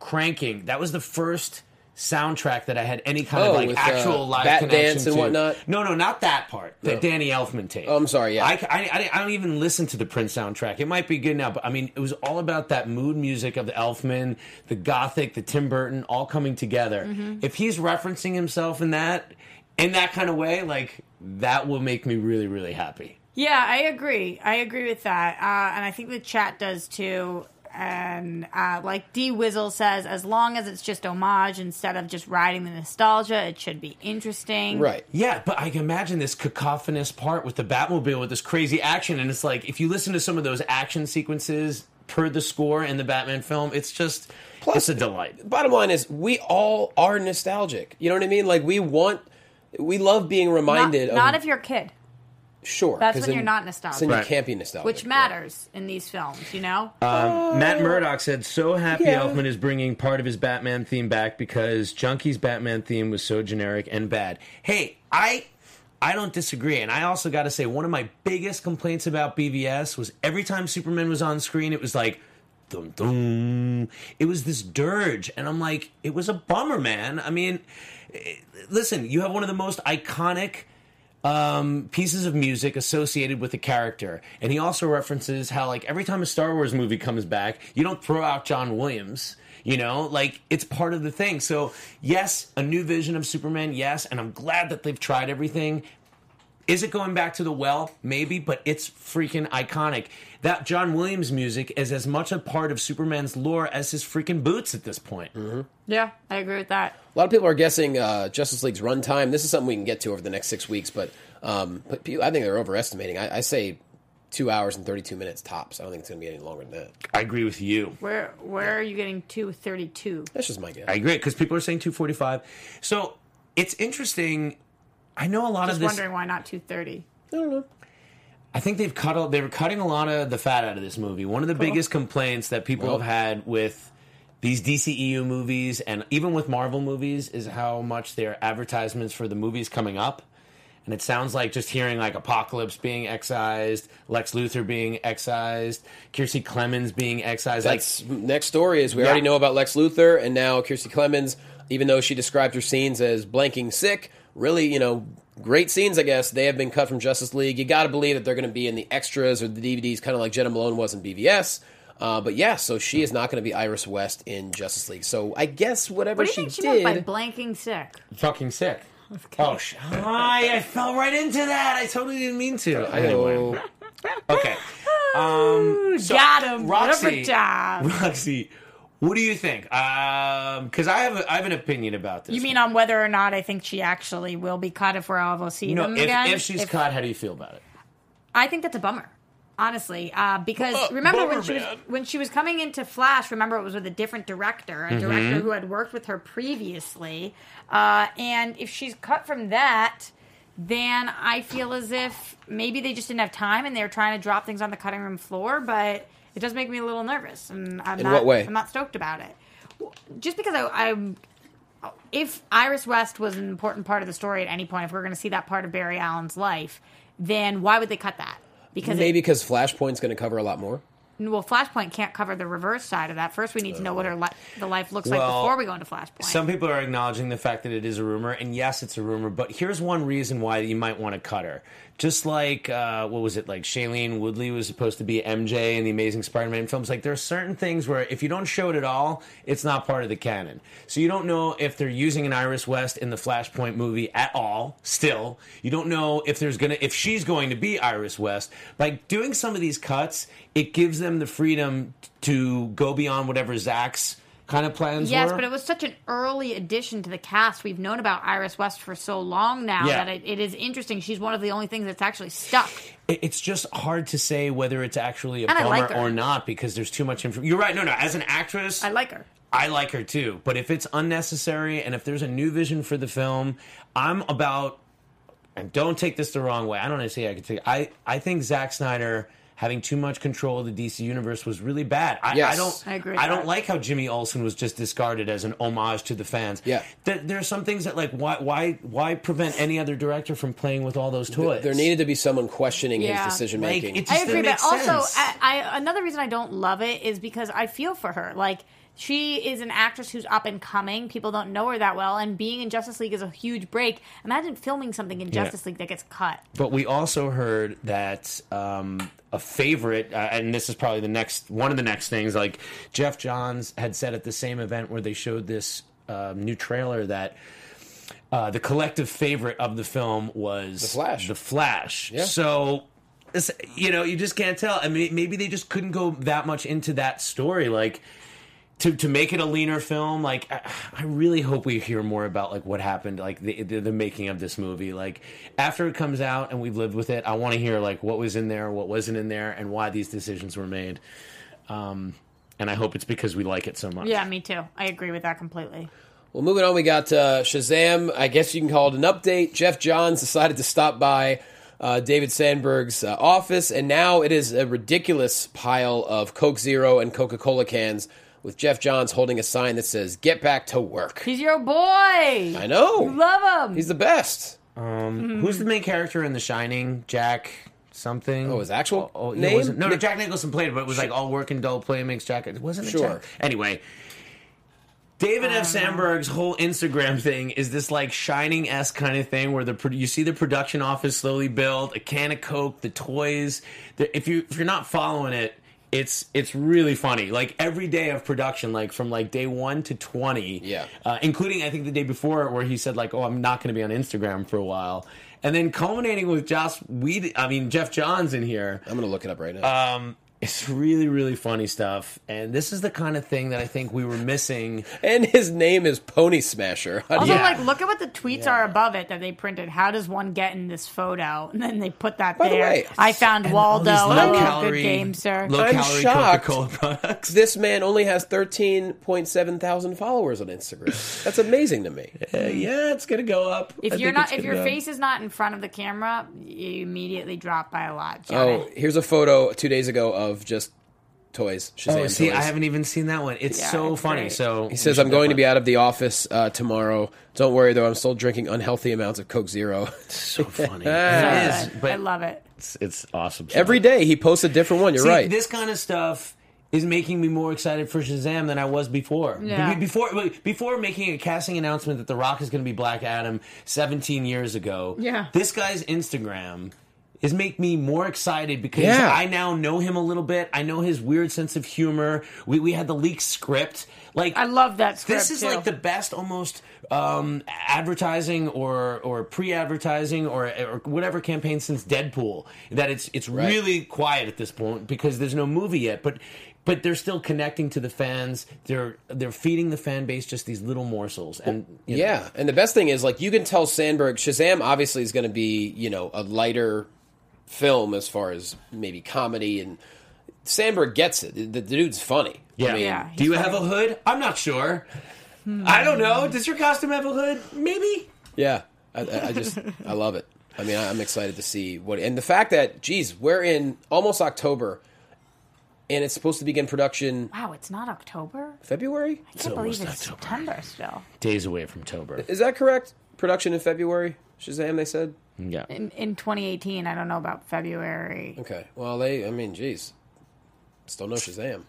S7: cranking. That was the first soundtrack that I had any kind
S2: Oh,
S7: of like
S2: with, uh,
S7: actual live
S2: Bat
S7: connection
S2: Dance and
S7: to.
S2: whatnot?
S7: No, no, not that part. The Danny Elfman tape.
S2: Oh, I'm sorry, yeah.
S7: I, I, I, I don't even listen to the Prince soundtrack. It might be good now, but I mean, it was all about that mood music of the Elfman, the Gothic, the Tim Burton, all coming together.
S2: Mm-hmm.
S7: If he's referencing himself in that, in that kind of way, like that will make me really, really happy.
S5: Yeah, I agree. I agree with that, uh, and I think the chat does too. And uh, like D Wizzle says, as long as it's just homage instead of just riding the nostalgia, it should be interesting.
S2: Right.
S7: Yeah, but I can imagine this cacophonous part with the Batmobile with this crazy action, and it's like if you listen to some of those action sequences per the score in the Batman film, it's just it's a delight.
S2: bottom line is we all are nostalgic. You know what I mean? Like we want we love being
S5: Not,
S2: reminded
S5: not
S2: of
S5: if you're a kid,
S2: sure.
S5: that's
S2: 'cause
S5: when
S2: then-
S5: you're not
S2: so
S5: nostalgic.
S2: Then
S7: Right.
S2: you can't be nostalgic.
S5: which matters in these films, you know.
S2: Uh,
S7: Matt Murdock said, "So happy
S2: Yeah.
S7: Elfman is bringing part of his Batman theme back because Junkie's Batman theme was so generic and bad." Hey, I I don't disagree, and I also got to say one of my biggest complaints about BVS was every time Superman was on screen, it was like. Dum, dum. It was this dirge, and I'm like, it was a bummer, man. I mean, eh, listen, you have one of the most iconic um, pieces of music associated with the character. And he also references how, like, every time a Star Wars movie comes back, you don't throw out John Williams. You know, like it's part of the thing. So, yes, a new vision of Superman, yes, and I'm glad that they've tried everything. Is it going back to the well? Maybe, but it's freaking iconic. That John Williams music is as much a part of Superman's lore as his freaking boots at this point.
S5: Yeah, I agree with that.
S2: A lot of people are guessing uh, Justice League's runtime. This is something we can get to over the next six weeks, but um, but people, I think they're overestimating. I, I say two hours and thirty-two minutes tops. I don't think it's going to be any longer than that.
S7: I agree with you.
S5: Where where are you getting two thirty two?
S2: That's just my guess.
S7: I agree because people are saying 245. So it's interesting. I know a lot
S5: Just
S7: of this.
S5: wondering why not two thirty.
S7: I think they've cut. a- They were cutting a lot of the fat out of this movie. One of the biggest complaints that people have had with these DCEU movies and even with Marvel movies is how much their advertisements for the movies coming up. And it sounds like just hearing like Apocalypse being excised, Lex Luthor being excised, Kiersey Clemens being excised.
S2: That's next story is we already know about Lex Luthor and now Kirstie Clemens, even though she described her scenes as blanking sick, really, you know, great scenes, I guess, they have been cut from Justice League. You got to believe that they're going to be in the extras or the DVDs, kind of like Jenna Malone was in BVS. Uh, but yeah, so she is not going to be Iris West in Justice League. So I guess whatever
S5: What do you
S2: she
S5: think she
S2: did,
S5: meant by blanking sick?
S7: like fucking sick. Oh, sh- hi, I fell right into that. I totally didn't mean to. Anyway.
S2: Oh,
S7: Okay. Um, so,
S5: Got him.
S7: Roxy.
S5: What a job.
S7: Roxy, what do you think? Um, because I have a, I have an opinion about this.
S5: You mean on whether or not I think she actually will be cut if we're all will see
S7: no?
S5: them
S7: If,
S5: again?
S7: if she's cut, how do you feel about it?
S5: I think that's a bummer, honestly, uh, because
S7: Oh,
S5: remember when she was when she was coming into Flash. Remember, it was with a different director,
S7: Mm-hmm.
S5: a director who had worked with her previously. Uh, and if she's cut from that, then I feel as if maybe they just didn't have time and they were trying to drop things on the cutting room floor. But it does make me a little nervous, and I'm
S2: In
S5: not,
S2: what way?
S5: I'm not stoked about it. W- Just because I, I'm if Iris West was an important part of the story at any point, if we are going to see that part of Barry Allen's life, then why would they cut that? Because
S2: maybe
S5: maybe
S2: because Flashpoint's going to cover a lot more.
S5: well, Flashpoint can't cover the reverse side of that. First, we need to know what her li- the life looks like
S7: Well,
S5: before we go into Flashpoint.
S7: Some people are acknowledging the fact that it is a rumor, and yes, it's a rumor. But here's one reason why you might want to cut her. Just like uh, what was it? Like Shailene Woodley was supposed to be MJ in the Amazing Spider-Man films. Like there are certain things where if you don't show it at all, it's not part of the canon. So you don't know if they're using an Iris West in the Flashpoint movie at all. Still, you don't know if there's gonna if she's going to be Iris West. By doing some of these cuts, it gives them the freedom to go beyond whatever Zach's. Kind of plans
S5: yes,
S7: were.
S5: but it was such an early addition to the cast. We've known about Iris West for so long now
S7: Yeah.
S5: that it, it is interesting. She's one of the only things that's actually stuck.
S7: It- it's just hard to say whether it's actually a
S5: And I
S7: bummer
S5: like her.
S7: or not because there's too much information. You're right. No, no. As an actress,
S5: I like her.
S7: I like her too. But if it's unnecessary and if there's a new vision for the film, I'm about. And don't take this the wrong way. I don't see how I could take. I I think Zack Snyder having too much control of the DC universe was really bad. I,
S2: Yes.
S7: I don't.
S5: I agree with
S7: I don't
S5: that.
S7: like how Jimmy Olsen was just discarded as an homage to the fans.
S2: Yeah.
S7: There, there are some things that like why why why prevent any other director from playing with all those toys?
S2: There needed to be someone questioning
S5: Yeah.
S2: his decision
S7: Like,
S2: making.
S7: it
S5: I
S7: just
S5: agree,
S7: didn't
S5: but
S7: make
S5: also
S7: sense.
S5: I, I, another reason I don't love it is because I feel for her. Like she is an actress who's up and coming. People don't know her that well, and being in Justice League is a huge break. Imagine filming something in
S7: Yeah.
S5: Justice League that gets cut.
S7: But we also heard that um, a favorite, uh, and this is probably the next one of the next things. Like Jeff Johns had said at the same event where they showed this um, new trailer that. Uh, the collective favorite of the film was the
S2: Flash.
S7: The Flash. So, this- you know, you just can't tell. I mean, maybe they just couldn't go that much into that story. Like, to to make it a leaner film like I, I really hope we hear more about like what happened like the, the the making of this movie like after it comes out and we've lived with it I want to hear like what was in there what wasn't in there and why these decisions were made um and I hope it's because we like it so much
S5: Yeah, me too. I agree with that completely.
S2: Well, moving on, we got uh, Shazam. I guess you can call it an update. Jeff Johns decided to stop by uh, David Sandberg's uh, office, and now it is a ridiculous pile of Coke Zero and Coca Cola cans with Jeff Johns holding a sign that says, Get back to work.
S5: He's your boy.
S2: I know.
S5: Love him.
S2: He's the best.
S7: Mm-hmm. who's the main character in The Shining Jack something
S2: Oh, his actual
S7: oh, no,
S2: name?
S7: it wasn't- no no Jack Nicholson played it, but it was like all work and dull play makes Jack it wasn't it
S2: Sure.
S7: Jack? anyway David F. Sandberg's whole Instagram thing is this like shining s kind of thing where the pro- you see the production office slowly build a can of coke, the toys. The, if you if you're not following it, it's it's really funny. Like every day of production, like from like day one to twenty,
S2: Yeah.
S7: uh, including I think the day before where he said like, "Oh, I'm not going to be on Instagram for a while," and then culminating with Joss Whedon. I mean Jeff Johns in here.
S2: I'm gonna look it up right now.
S7: Um, it's really really funny stuff, and this is the kind of thing that I think we were missing.
S2: and his name is Pony Smasher. How do
S5: Also,
S2: you-
S7: Yeah.
S5: like, look at what the tweets are above it that they printed. How does one get in this photo? And then they put that
S2: By the
S5: there.
S2: way,
S5: I found Waldo.
S7: All these
S5: I love
S7: low-calorie-
S5: good game, sir.
S7: Low-calorie
S2: shocked.
S7: Coca-Cola products.
S2: This man only has 13.7 thousand followers on Instagram. That's amazing to me.
S7: Uh, yeah, it's gonna go up. I
S5: if you're
S7: think
S5: not,
S7: it's
S5: if
S7: gonna
S5: your
S7: go up.
S5: face is not in front of the camera, you immediately drop by a lot. Johnny.
S2: Oh, here's a photo two days ago of just toys. Shazam
S7: Oh, see,
S2: toys.
S7: I haven't even seen that one. It's
S5: Yeah,
S7: so
S5: it's
S7: funny.
S5: great.
S7: So
S2: He says, "I'm going to be out of the office uh, tomorrow. Don't worry though, I'm still drinking unhealthy amounts of Coke Zero
S7: so funny.
S5: I
S7: It
S5: love
S7: is,
S5: it.
S7: but
S5: I love it.
S7: it's, it's awesome. stuff.
S2: every day. He posts a different one. You're
S7: See,
S2: right.
S7: This kind of stuff is making me more excited for Shazam than I was before.
S5: Yeah.
S7: Be- Before before making a casting announcement that The Rock is going to be Black Adam 17 years ago.
S5: Yeah.
S7: This guy's Instagram is make me more excited because
S2: Yeah.
S7: I now know him a little bit. I know his weird sense of humor. We we had the leaked script. Like
S5: I love that script.
S7: this is
S5: too.
S7: like the best almost um, advertising or or pre-advertising or, or whatever campaign since Deadpool that it's it's really quiet at this point because there's no movie yet but but they're still connecting to the fans they're they're feeding the fan base just these little morsels and you know,
S2: Yeah, and the best thing is like you can tell Sandberg Shazam obviously is going to be you know a lighter film as far as maybe comedy and Sandberg gets it. The, the dude's funny.
S7: yeah,
S5: Yeah,
S7: do you have a hood I'm not sure I don't know does your costume have a hood maybe
S2: Yeah, I, I I just I love it. I mean, I- I'm excited to see what and the fact that geez, we're in almost October, and it's supposed to begin production
S5: wow. It's not October.
S2: February.
S5: I can't believe
S7: almost
S5: it's September still.
S7: days away from Tober
S2: Is that correct? Production in February. Shazam, they said.
S7: yeah
S5: In, in 2018, I don't know about February.
S2: Okay. Well, they. I mean, geez, still no Shazam.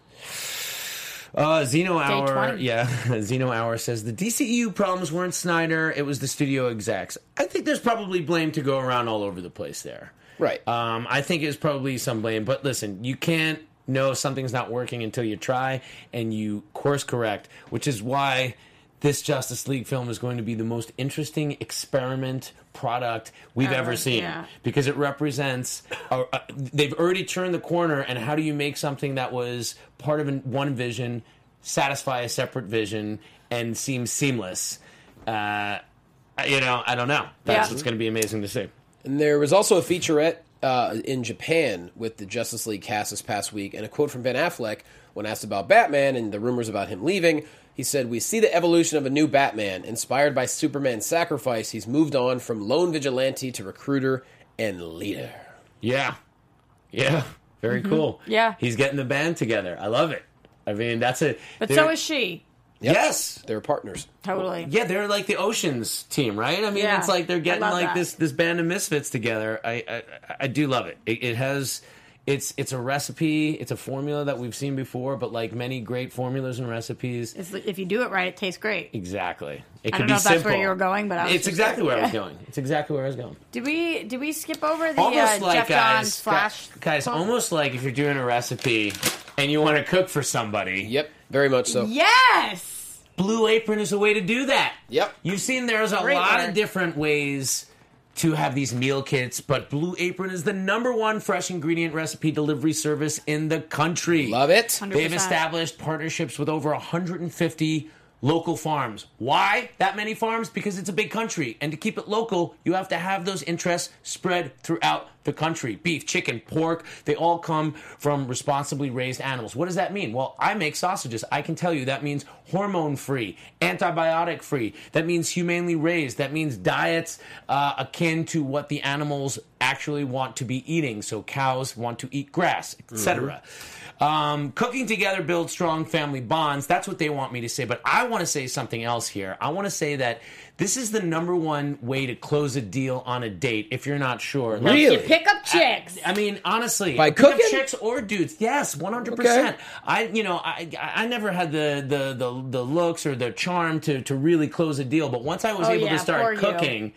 S7: Uh, Zeno Hour,
S5: 20.
S7: yeah, Zeno Hour says the DCEU problems weren't Snyder; it was the studio execs. I think there's probably blame to go around all over the place there.
S2: Right.
S7: Um, I think it's probably some blame, but listen, you can't know if something's not working until you try and you course correct, which is why this Justice League film is going to be the most interesting experiment product we've ever seen
S5: yeah.
S7: because it represents a, a- they've already turned the corner and how do you make something that was part of an, one vision satisfy a separate vision and seem seamless uh, you know i don't know that's
S5: Yeah.
S7: what's going to be amazing to see
S2: And there was also a featurette uh, in Japan with the Justice League cast this past week, and a quote from Ben Affleck when asked about Batman and the rumors about him leaving. He said, We see the evolution of a new Batman. Inspired by Superman's sacrifice, he's moved on from lone vigilante to recruiter and leader.
S7: Yeah. Yeah. Very cool.
S5: Mm-hmm. Yeah.
S7: He's getting the band together. I love it. I mean, that's it.
S5: But so is she.
S7: Yes.
S2: They're partners.
S5: Totally.
S7: Yeah, they're like the Oceans team, right? I mean,
S5: Yeah.
S7: it's like they're
S5: I
S7: getting
S5: love
S7: like
S5: that.
S7: this this band of misfits together. I I, I do love it. it. It has it's it's a recipe, it's a formula that we've seen before, but like many great formulas and recipes,
S5: It's- If you do it right, it tastes great.
S7: exactly. It
S5: I don't
S7: could be
S5: know if that's
S7: simple.
S5: where you were going, but I was
S7: it's
S5: just-
S7: exactly where I was
S5: yeah.
S7: going. It's exactly where I was going.
S5: Did we did we skip over the
S7: almost
S5: uh,
S7: like
S5: Jeff
S7: guys,
S5: Johns flash?
S7: guys, almost like if you're doing a recipe and you want to cook for somebody.
S2: Yep, very much so.
S5: Yes.
S7: Blue Apron is a way to do that.
S2: Yep.
S7: You've seen there's a
S5: Great
S7: lot
S5: word.
S7: of different ways to have these meal kits, but Blue Apron is the number one fresh ingredient recipe delivery service in the country.
S2: Love it.
S5: 100%.
S7: They've established partnerships with over 150 local farms. Why that many farms? Because it's a big country. And to keep it local, you have to have those interests spread throughout the country. Beef, chicken, pork, they all come from responsibly raised animals. What does that mean? Well, I make sausages. I can tell you that means hormone free, antibiotic free. That means humanely raised. That means diets uh, akin to what the animals actually want to be eating. So cows want to eat grass, etc. Um, cooking together builds strong family bonds. That's what they want me to say. But I want to say something else here. I want to say that this is the number one way to close a deal on a date if you're not sure. Like,
S2: Really?
S5: You pick up chicks.
S7: I mean, honestly,
S2: By
S7: I pick up
S2: cooking?
S7: chicks or dudes. Yes, one hundred
S2: Okay.
S7: percent. I, you know, I, I I never had the the the, the looks or the charm to to really close a deal. But once I was
S5: Oh,
S7: able
S5: yeah,
S7: to
S5: poor
S7: start
S5: you.
S7: cooking,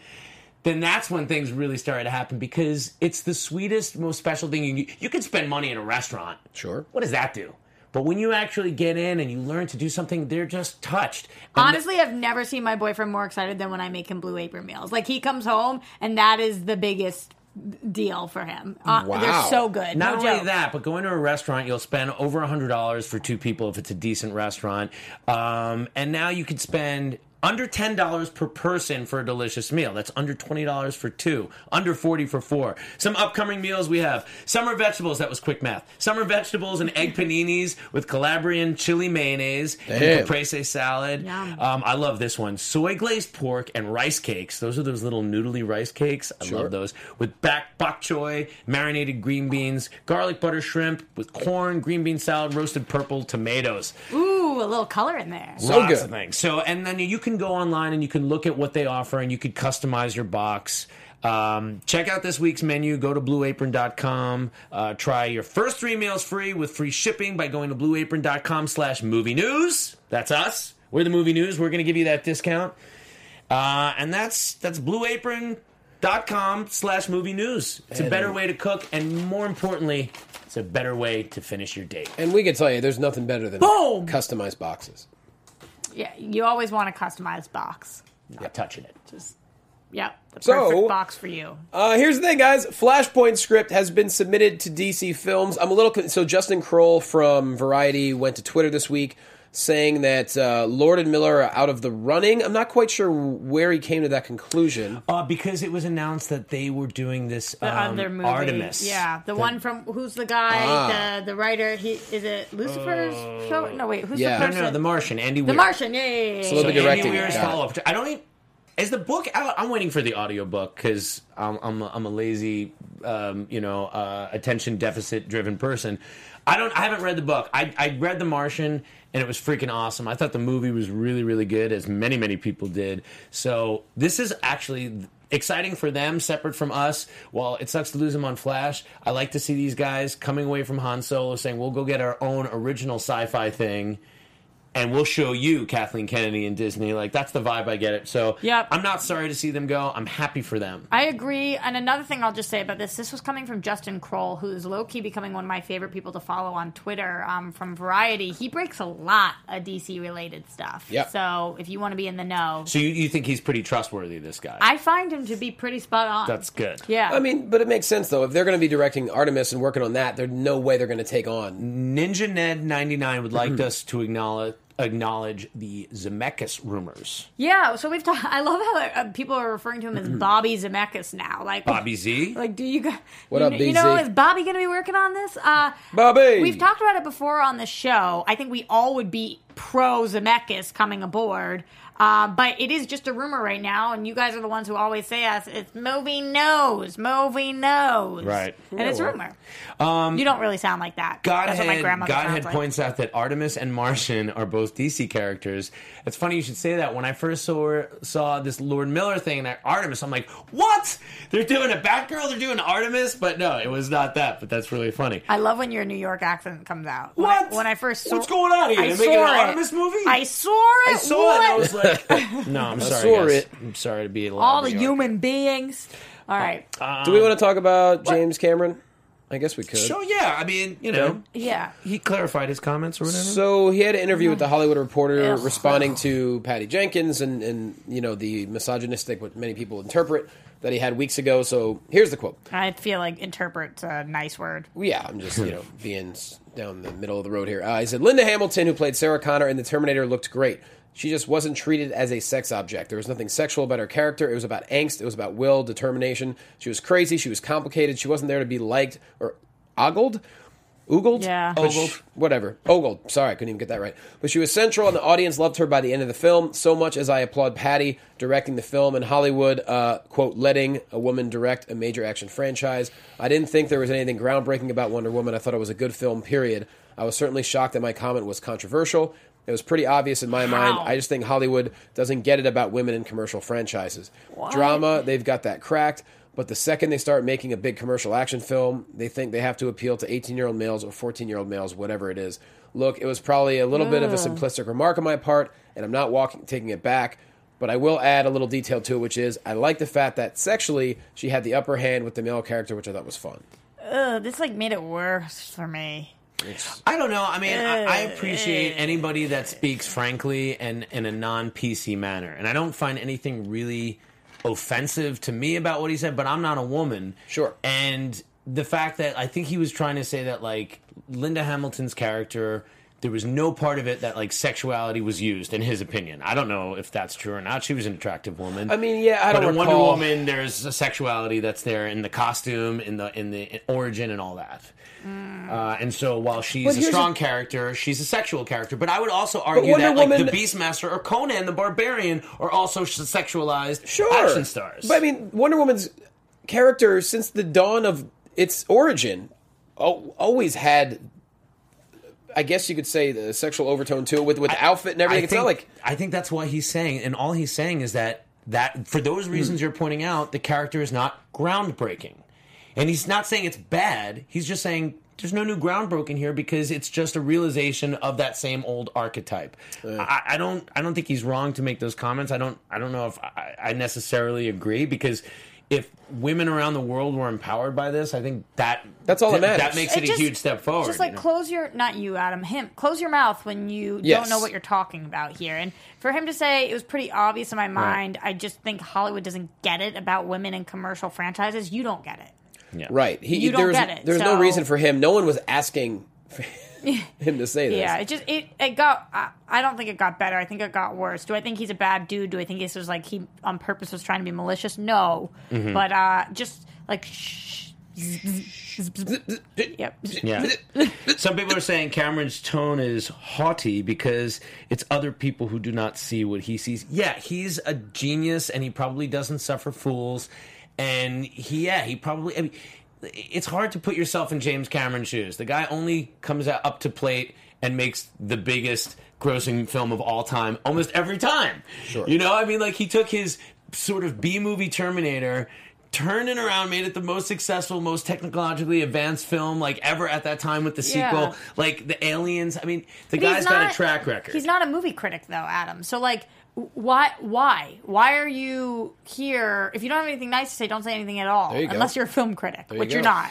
S7: then that's when things really started to happen because it's the sweetest, most special thing you you can spend money in a restaurant.
S2: Sure.
S7: What does that do? But when you actually get in and you learn to do something, they're just touched. And
S5: Honestly, I've never seen my boyfriend more excited than when I make him blue apron meals. Like he comes home, and that is the biggest deal for him. Uh, They're
S2: Wow.
S5: so good.
S7: Not
S5: no
S7: only
S5: joke.
S7: that, but going to a restaurant, you'll spend over hundred dollars for two people if it's a decent restaurant, um, and now you could spend under ten dollars per person for a delicious meal. That's under twenty dollars for two, under forty for four. Some upcoming meals we have: summer vegetables. That was quick math. Summer vegetables and egg paninis with Calabrian chili mayonnaise
S2: Damn.
S7: and caprese salad.
S5: Yum.
S7: Um, I love this one: soy glazed pork and rice cakes. Those are those little noodly rice cakes. I love those with back bok choy, marinated green beans, garlic butter shrimp with corn, green bean salad, roasted purple tomatoes.
S5: Ooh, a little color in there.
S2: So
S7: Lots
S2: good.
S7: of things. So, and then you can go online and you can look at what they offer and you could customize your box. Um, check out this week's menu. Go to blueapron.com. Uh, try your first three meals free with free shipping by going to blueapron.com slash movie news. That's us. We're the movie news. We're going to give you that discount. Uh, and that's, that's blueapron.com slash movie news. It's a better way to cook. And more importantly, it's a better way to finish your date.
S2: And we can tell you, there's nothing better than
S7: Boom!
S2: customized boxes.
S5: Yeah, you always want a customized box.
S7: Not touching it.
S5: Yep, the
S2: So-
S5: perfect box for you.
S7: um,
S2: Uh, here's the thing, guys. Flashpoint script has been submitted to DC Films. I'm a little con- so Justin Kroll from Variety went to Twitter this week saying that uh, Lord and Miller are out of the running. I'm not quite sure where he came to that conclusion.
S7: Uh, because it was announced that they were doing this
S2: Uh,
S5: The
S7: um,
S5: other movie,
S7: Artemis.
S5: yeah, the, one from who's the guy,
S2: Ah.
S5: the the writer. He is it Lucifer's
S7: Oh.
S5: show? No, wait, who's
S2: yeah.
S5: the
S7: No,
S5: person?
S7: no, The Martian. Andy
S5: The
S7: Weir.
S5: Martian. Yeah, yeah, yeah, yeah,
S2: So the
S5: yeah.
S7: Andy
S2: directing.
S7: Weir's
S2: Got it.
S7: follow-up. I don't. Even, is the book out? I'm waiting for the audiobook because I'm I'm a, I'm a lazy, um, you know, uh, attention deficit driven person. I don't. I haven't read the book. I I read The Martian and it was freaking awesome. I thought the movie was really really good, as many many people did. So this is actually. Exciting for them, separate from us. While it sucks to lose them on Flash, I like to see these guys coming away from Han Solo saying, "We'll go get our own original sci-fi thing." and we'll show you Kathleen Kennedy and Disney. Like that's the vibe I get it. So
S5: Yep.
S7: I'm not sorry to see them go. I'm happy for them.
S5: I agree. And another thing I'll just say about this this was coming from Justin Kroll, who's low key becoming one of my favorite people to follow on Twitter um, from Variety. He breaks a lot of DC related stuff.
S2: Yep.
S5: So if you want to be in the know,
S7: So you, you think he's pretty trustworthy, this guy?
S5: I find him to be pretty spot on.
S7: that's good.
S5: Yeah.
S2: I mean, but it makes sense though. If they're going to be directing Artemis and working on that, there's no way they're going to take on.
S7: Ninja Ned 99 would like us to acknowledge acknowledge the Zemeckis rumors.
S5: yeah. So we've talked. I love how uh, people are referring to him as Bobby Zemeckis now. Like
S7: Bobby Z.
S5: Like, do you guys?
S2: What
S5: you,
S2: up,
S5: kn- you know,
S2: BZ?
S5: is Bobby going to be working on this? Uh,
S2: Bobby!
S5: we've talked about it before on the show. I think we all would be pro Zemeckis coming aboard, uh, but it is just a rumor right now, and you guys are the ones who always say us it's movie knows, movie knows,
S7: Right. Oh,
S5: And it's a rumor. Um, you don't really sound like that. That's what my
S7: Godhead,
S5: grandmother
S7: Godhead
S5: sounds like.
S7: points out that Artemis and Martian are both DC characters. It's funny you should say that. When I first saw saw this Lord Miller thing and I- Artemis, I'm like, what? They're doing a Batgirl? They're doing Artemis? But no, it was not that. But that's really funny.
S5: I love when your New York accent comes out.
S7: What?
S5: When I, when I first saw
S7: What's going on here?
S5: I
S7: They're making an
S5: saw it.
S7: Artemis movie?
S5: I saw it.
S7: I saw it.
S5: What?
S7: I was like, no, I'm sorry.
S2: saw
S7: guys.
S2: it.
S7: I'm sorry to be Uh, a
S5: all the human beings. All right.
S2: Do we want to talk about James Cameron? I guess we could.
S7: So yeah, I mean, you know,
S5: yeah.
S7: he clarified his comments or whatever.
S2: So he had an interview with the Hollywood Reporter
S5: Ugh.
S2: responding to Patty Jenkins and, and you know the misogynistic what many people interpret that he had weeks ago. So here's the quote.
S5: I feel like interpret's a nice word.
S2: Yeah, I'm just you know being s- down the middle of the road here. Uh, he said Linda Hamilton, who played Sarah Connor in The Terminator, looked great. She just wasn't treated as a sex object. There was nothing sexual about her character. It was about angst. It was about will, determination. She was crazy. She was complicated. She wasn't there to be liked or ogled. Oogled?
S5: Yeah.
S2: But she- whatever. Ogled. Sorry, I couldn't even get that right. But she was central, and the audience loved her by the end of the film. So much as I applaud Patty directing the film in Hollywood, uh, quote, letting a woman direct a major action franchise. I didn't think there was anything groundbreaking about Wonder Woman. I thought it was a good film, period. I was certainly shocked that my comment was controversial. It was pretty obvious in my mind.
S5: How?
S2: I just think Hollywood doesn't get it about women in commercial franchises. Drama, they've got that cracked. But the second they start making a big commercial action film, they think they have to appeal to 18 year old males or 14 year old males, whatever it is. Look, it was probably a little bit of a simplistic remark on my part, and I'm not walking, taking it back. But I will add a little detail to it, which is I like the fact that sexually she had the upper hand with the male character, which I thought was fun.
S5: Ugh, this like made it worse for me.
S7: I don't know. I mean, I, I appreciate anybody that speaks frankly and in a non PC manner, and I don't find anything really offensive to me about what he said. But I'm not a woman,
S2: Sure.
S7: And the fact that I think he was trying to say that like Linda Hamilton's character. There was no part of it that like sexuality was used, in his opinion. I don't know if that's true or not. She was an attractive woman.
S2: I mean, yeah, I
S7: But
S2: don't
S7: in Wonder
S2: recall-
S7: Woman, there's a sexuality that's there in the costume, in the in the origin, and all that. Uh, and so while she's
S2: Well,
S7: a
S2: here's
S7: strong
S2: the-
S7: character, she's a sexual character. But I would also argue
S2: Wonder
S7: that like
S2: Woman-
S7: the Beastmaster or Conan the Barbarian are also sh- sexualized
S2: sure
S7: action stars.
S2: But I mean, Wonder Woman's character since the dawn of its origin al- always had, I guess you could say, the sexual overtone to it with with the outfit and everything.
S7: I
S2: it's not
S7: think,
S2: like
S7: I think that's what he's saying, and all he's saying is that that for those
S2: Hmm.
S7: reasons you're pointing out, the character is not groundbreaking, and he's not saying it's bad. He's just saying there's no new groundbreaking here because it's just a realization of that same old archetype. I, I don't, I don't think he's wrong to make those comments. I don't, I don't know if I, I necessarily agree because. If women around the world were empowered by this, I think that
S2: That's all that
S7: th-
S2: matters.
S7: That makes it,
S5: just-
S7: a huge step forward.
S5: Just like
S7: you know?
S5: close your not you, Adam, him. Close your mouth when you
S2: Yes.
S5: don't know what you're talking about here. And for him to say it was pretty obvious in my mind, I just think Hollywood doesn't get it about women in commercial franchises. You don't get it.
S2: right. He,
S5: You don't
S2: there was,
S5: get it,
S2: There's
S5: so-
S2: no reason for him. No one was asking for him to say this.
S5: Yeah, it just it, it got I, I don't think it got better. I think it got worse. Do I think he's a bad dude? Do I think this was like he on purpose was trying to be malicious? No.
S7: Mm-hmm.
S5: But uh just like shh. Yep.
S7: Yeah. Some people are saying Cameron's tone is haughty because it's other people who do not see what he sees. Yeah, he's a genius and he probably doesn't suffer fools. And he, yeah, he probably. I mean, it's hard to put yourself in James Cameron's shoes. The guy only comes out up to plate and makes the biggest grossing film of all time almost every time. Sure. You know, I mean, like he took his sort of B movie Terminator turned it around, made it the most successful, most technologically advanced film like ever at that time with the
S5: Yeah.
S7: sequel. Like the aliens. I mean, the
S5: But
S7: guy's
S5: he's
S7: got
S5: not-
S7: a track record.
S5: He's not a movie critic though, Adam. So like w- why why why are you here if you don't have anything nice to say don't say anything at all
S2: you go.
S5: unless you're a film critic
S2: you
S5: which
S2: go.
S5: you're not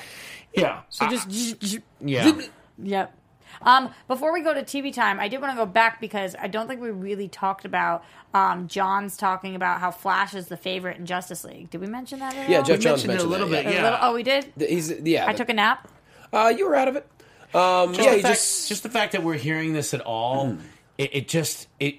S7: yeah.
S5: so just
S7: yeah.
S5: Yep. Um, before we go to TV time, I did want to go back because I don't think we really talked about um, John's talking about how Flash is the favorite in Justice League. Did we mention that? At
S2: Yeah,
S5: all?
S2: Jeff
S7: We
S2: Johns
S7: mentioned it a
S2: mentioned that,
S7: little bit.
S5: A
S7: Yeah.
S5: little- oh, we did.
S2: He's yeah.
S5: I took a nap.
S2: uh, you were out of it. Um, yeah,
S7: the
S2: you
S7: fact-
S2: just
S7: the fact that we're hearing this at all,
S2: Hmm.
S7: it, it just it.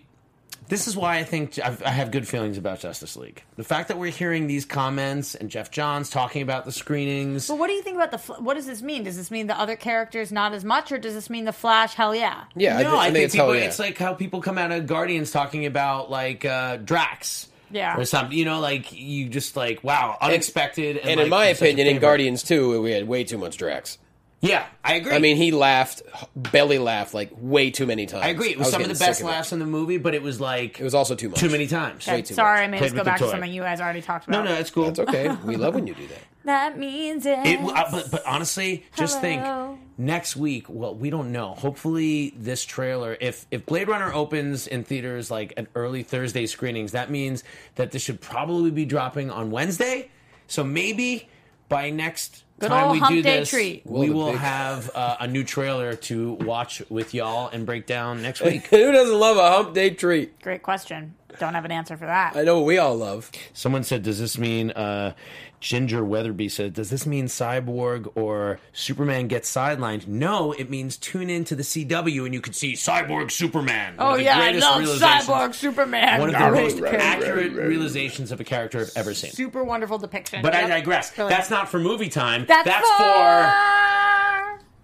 S7: This is why I think I've, I have good feelings about Justice League. The fact that we're hearing these comments and Jeff Johns talking about the screenings.
S5: But what do you think about the? Fl- What does this mean? Does this mean the other characters not as much, or does this mean the Flash? Hell yeah.
S2: yeah.
S7: no, I, think,
S2: it's
S7: people,
S2: hell yeah.
S7: it's like how people come out of Guardians talking about like uh, Drax,
S5: Yeah.
S7: or something. You know, like you just like wow, unexpected. And,
S2: and
S7: like,
S2: in my
S7: you're such a
S2: opinion, in
S7: favorite.
S2: Guardians 2, we had way too much Drax.
S7: yeah, I agree.
S2: I mean, he laughed, belly laughed, like way too many times.
S7: I agree. It was, some of the
S2: getting
S7: best
S2: sick
S7: laughs in the movie, but it was like
S2: It was also too much.
S7: too many times.
S5: Okay,
S2: Way too
S5: sorry,
S2: much.
S5: I made
S7: Played
S5: us go
S7: with the
S5: back to
S7: toy.
S5: something you guys already talked
S7: No,
S5: about.
S7: no, it's cool.
S2: It's okay. We love when you do that.
S5: That means it.
S7: It, uh, but, but honestly, just
S5: Hello.
S7: think next week. Well, we don't know. Hopefully, this trailer. If if Blade Runner opens in theaters like an early Thursday screenings, that means that this should probably be dropping on Wednesday. So maybe by next
S5: Good
S7: time
S5: old
S7: we
S5: hump
S7: do
S5: day
S7: this,
S5: treat.
S7: we
S2: the
S7: will
S2: big-
S7: have uh, a new trailer to watch with y'all and break down next week.
S2: Who doesn't love a hump day treat?
S5: Great question. Don't have an answer for that.
S2: I know we all love.
S7: Someone said, "Does this mean?" Uh, Ginger Weatherby said, "Does this mean Cyborg or Superman gets sidelined?" No, it means tune in to the CW and you can see Cyborg Superman. one
S5: oh
S7: of the
S5: yeah, I
S7: greatest
S5: love
S7: realizations-
S5: Cyborg Superman.
S7: One of the
S5: Great
S7: most
S5: character.
S7: accurate realizations of a character I've ever seen.
S5: Super wonderful depiction.
S7: But I
S5: Yep.
S7: digress.
S5: Brilliant.
S7: That's not for movie time.
S5: That's, for.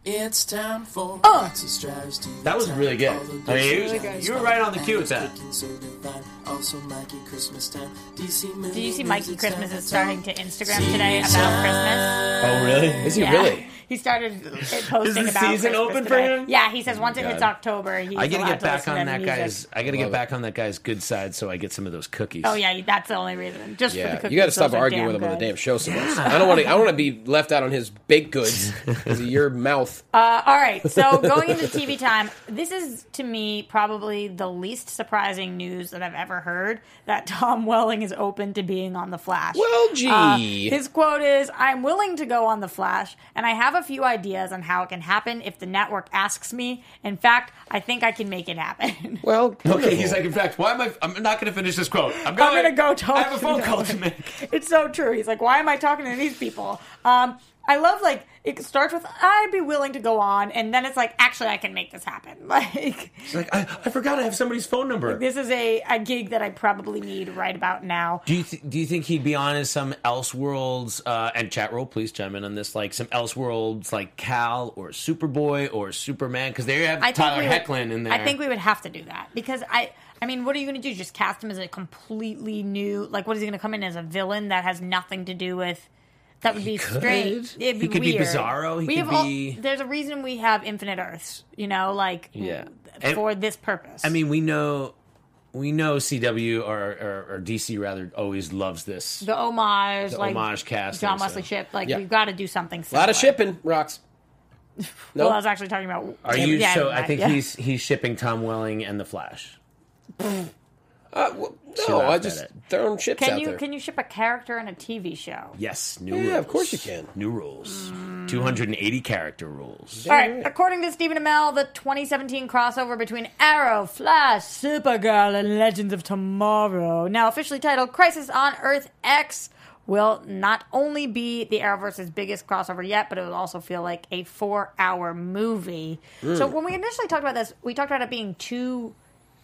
S6: It's time for
S5: Oh.
S6: Roxas Drives TV.
S7: That was
S6: time.
S7: really good.
S6: All the
S7: I mean, you-
S6: good guys
S7: you were right on the cue with
S6: find
S7: that.
S6: kicking so divine. Also, Mikey Christmas time. DC
S5: Did you see
S6: movie
S5: Mikey
S6: music
S5: Christmas
S6: time.
S5: is starting to Instagram today about Christmas?
S7: Oh, really?
S2: Is he
S5: Yeah.
S2: really?
S5: He started uh, posting
S7: Is the
S5: about
S7: season
S5: Christmas
S7: open for
S5: today.
S7: him?
S5: Yeah, he says once it hits
S7: God.
S5: October, he's
S7: I gotta
S5: allowed
S7: get
S5: to
S7: back
S5: listen to
S7: on that
S5: music.
S7: guy's. I gotta
S2: Love
S7: get
S2: it.
S7: back on that guy's good side so I get some of those cookies.
S5: Oh yeah, that's the only reason. Just for
S2: Yeah,
S5: the
S2: you got to
S5: cookies,
S2: stop
S5: those are
S2: arguing
S5: damn
S2: with him on the
S5: good.
S2: damn show so much. I don't want to. I want to be left out on his baked goods because of your mouth.
S5: Uh, all right, so going into TV time, this is to me probably the least surprising news that I've ever heard that Tom Welling is open to being on The Flash.
S2: well,
S5: Uh,
S2: gee.
S5: his quote is, "I'm willing to go on the Flash, and I have a few ideas on how it can happen if the network asks me. In fact, I think I can make it happen.
S2: Well,
S7: Okay, he's like, in fact, why am I? I'm not going to finish this quote. I'm
S5: I'm
S7: going
S5: gonna go talk.
S7: I have a phone
S5: them.
S7: call to make.
S5: It's so true. He's like, why am I talking to these people? Um, I love like it starts with I'd be willing to go on, and then it's like actually I can make this happen. Like
S7: He's like, I, I forgot I have somebody's phone number.
S5: this is a, a gig that I probably need right about now.
S7: Do you th- do you think he'd be on as some Elseworlds uh, and chat roll? Please chime in on this. Like some Elseworlds, like Cal or Superboy or Superman, because they have
S5: I think
S7: Tyler
S5: we would,
S7: Hecklin in there.
S5: I think we would have to do that because I. I mean, what are you going to do? Just cast him as a completely new, like, what is he going to come in as a villain that has nothing to do with? That would be
S7: could.
S5: strange. It'd be
S7: He could be
S5: weird.
S7: Bizarro. He
S5: we
S7: could
S5: have all-
S7: be-
S5: there's a reason we have infinite Earths. You know, like
S7: Yeah.
S5: for this purpose.
S7: I mean, we know we know CW or, or, or DC rather always loves this.
S5: the homage,
S7: The
S5: like
S7: homage casting,
S5: John
S7: so-
S5: Wesley Ship. Like
S2: Yeah.
S5: we've got to do something.
S2: a lot of shipping rocks. No,
S5: Well, I was actually talking about.
S7: Are you?
S5: Yeah,
S7: so
S5: never
S7: I
S5: mind.
S7: think
S5: Yeah.
S7: he's he's shipping Tom Welling and the Flash.
S2: Uh, well,
S7: She
S2: no,
S7: laughed
S2: I
S7: at
S2: just
S7: it.
S2: throwing chips
S5: Can
S2: out
S5: you
S2: there.
S5: can you ship a character in a TV show?
S7: Yes, new rules.
S2: Yeah, of course you can.
S7: New rules. 280 character rules.
S5: All right. According to Stephen Amell, the 2017 crossover between Arrow, Flash, Supergirl, and Legends of Tomorrow, now officially titled Crisis on Earth X, will not only be the Arrowverse's biggest crossover yet, but it will also feel like a four-hour movie.
S7: Mm.
S5: So when we initially talked about this, we talked about it being two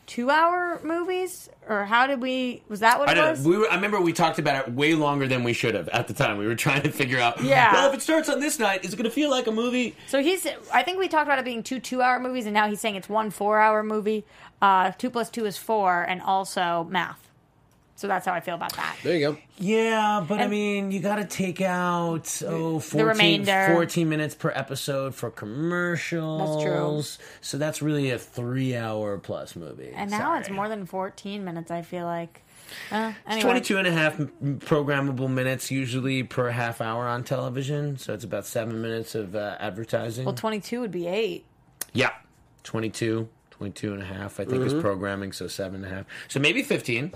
S5: two-hour movies, or how did we? Was that what
S7: I
S5: it was?
S7: don't. We were, I remember we talked about it way longer than we should have at the time. We were trying to figure out.
S5: Yeah.
S7: Well, if it starts on this night, is it going to feel like a movie?
S5: So he's. I think we talked about it being two two-hour movies, and now he's saying it's one four-hour movie. Uh, two plus two is four, and also math. So that's how I feel about that.
S2: there you go.
S7: Yeah, but I
S5: And-
S7: mean, you got to take out oh, 14,
S5: remainder.
S7: 14 minutes per episode for commercials. That's true. So that's really a three-hour plus movie.
S5: And now it's more than fourteen minutes. I feel like. Uh, anyway.
S7: 22 and a half m- programmable minutes usually per half hour on television. So it's about seven minutes of uh, advertising.
S5: Well, twenty-two would be eight.
S7: Yeah. 22, 22 and a half, I think, is programming. So seven and a half. So maybe 15.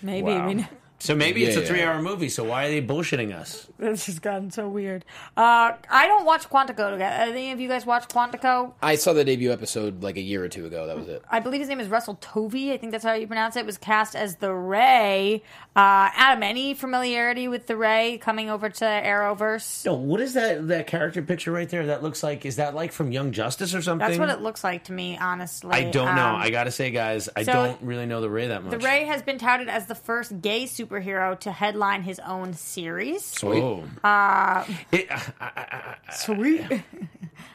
S5: Maybe. I mean,
S7: So maybe it's
S2: Yeah.
S7: a three hour movie. So why are they bullshitting us?
S5: this has gotten so weird. Uh, I don't watch Quantico. together. Any of you guys watch Quantico?
S2: I saw the debut episode like a year or two ago. That was it.
S5: I believe his name is Russell Tovey. I think that's how you pronounce it. Was cast as the Ray. Uh, Adam, any familiarity with the Ray coming over to Arrowverse?
S7: No, what is that that character picture right there? That looks like is that like from Young Justice or something?
S5: That's what it looks like to me, honestly.
S7: I don't know.
S5: Um,
S7: I gotta say, guys, I
S5: so-
S7: don't really know the Ray that much.
S5: The Ray has been touted as the first gay superhero to headline his own series.
S7: Oh.
S5: uh,
S7: It- I- I-
S5: Sweet.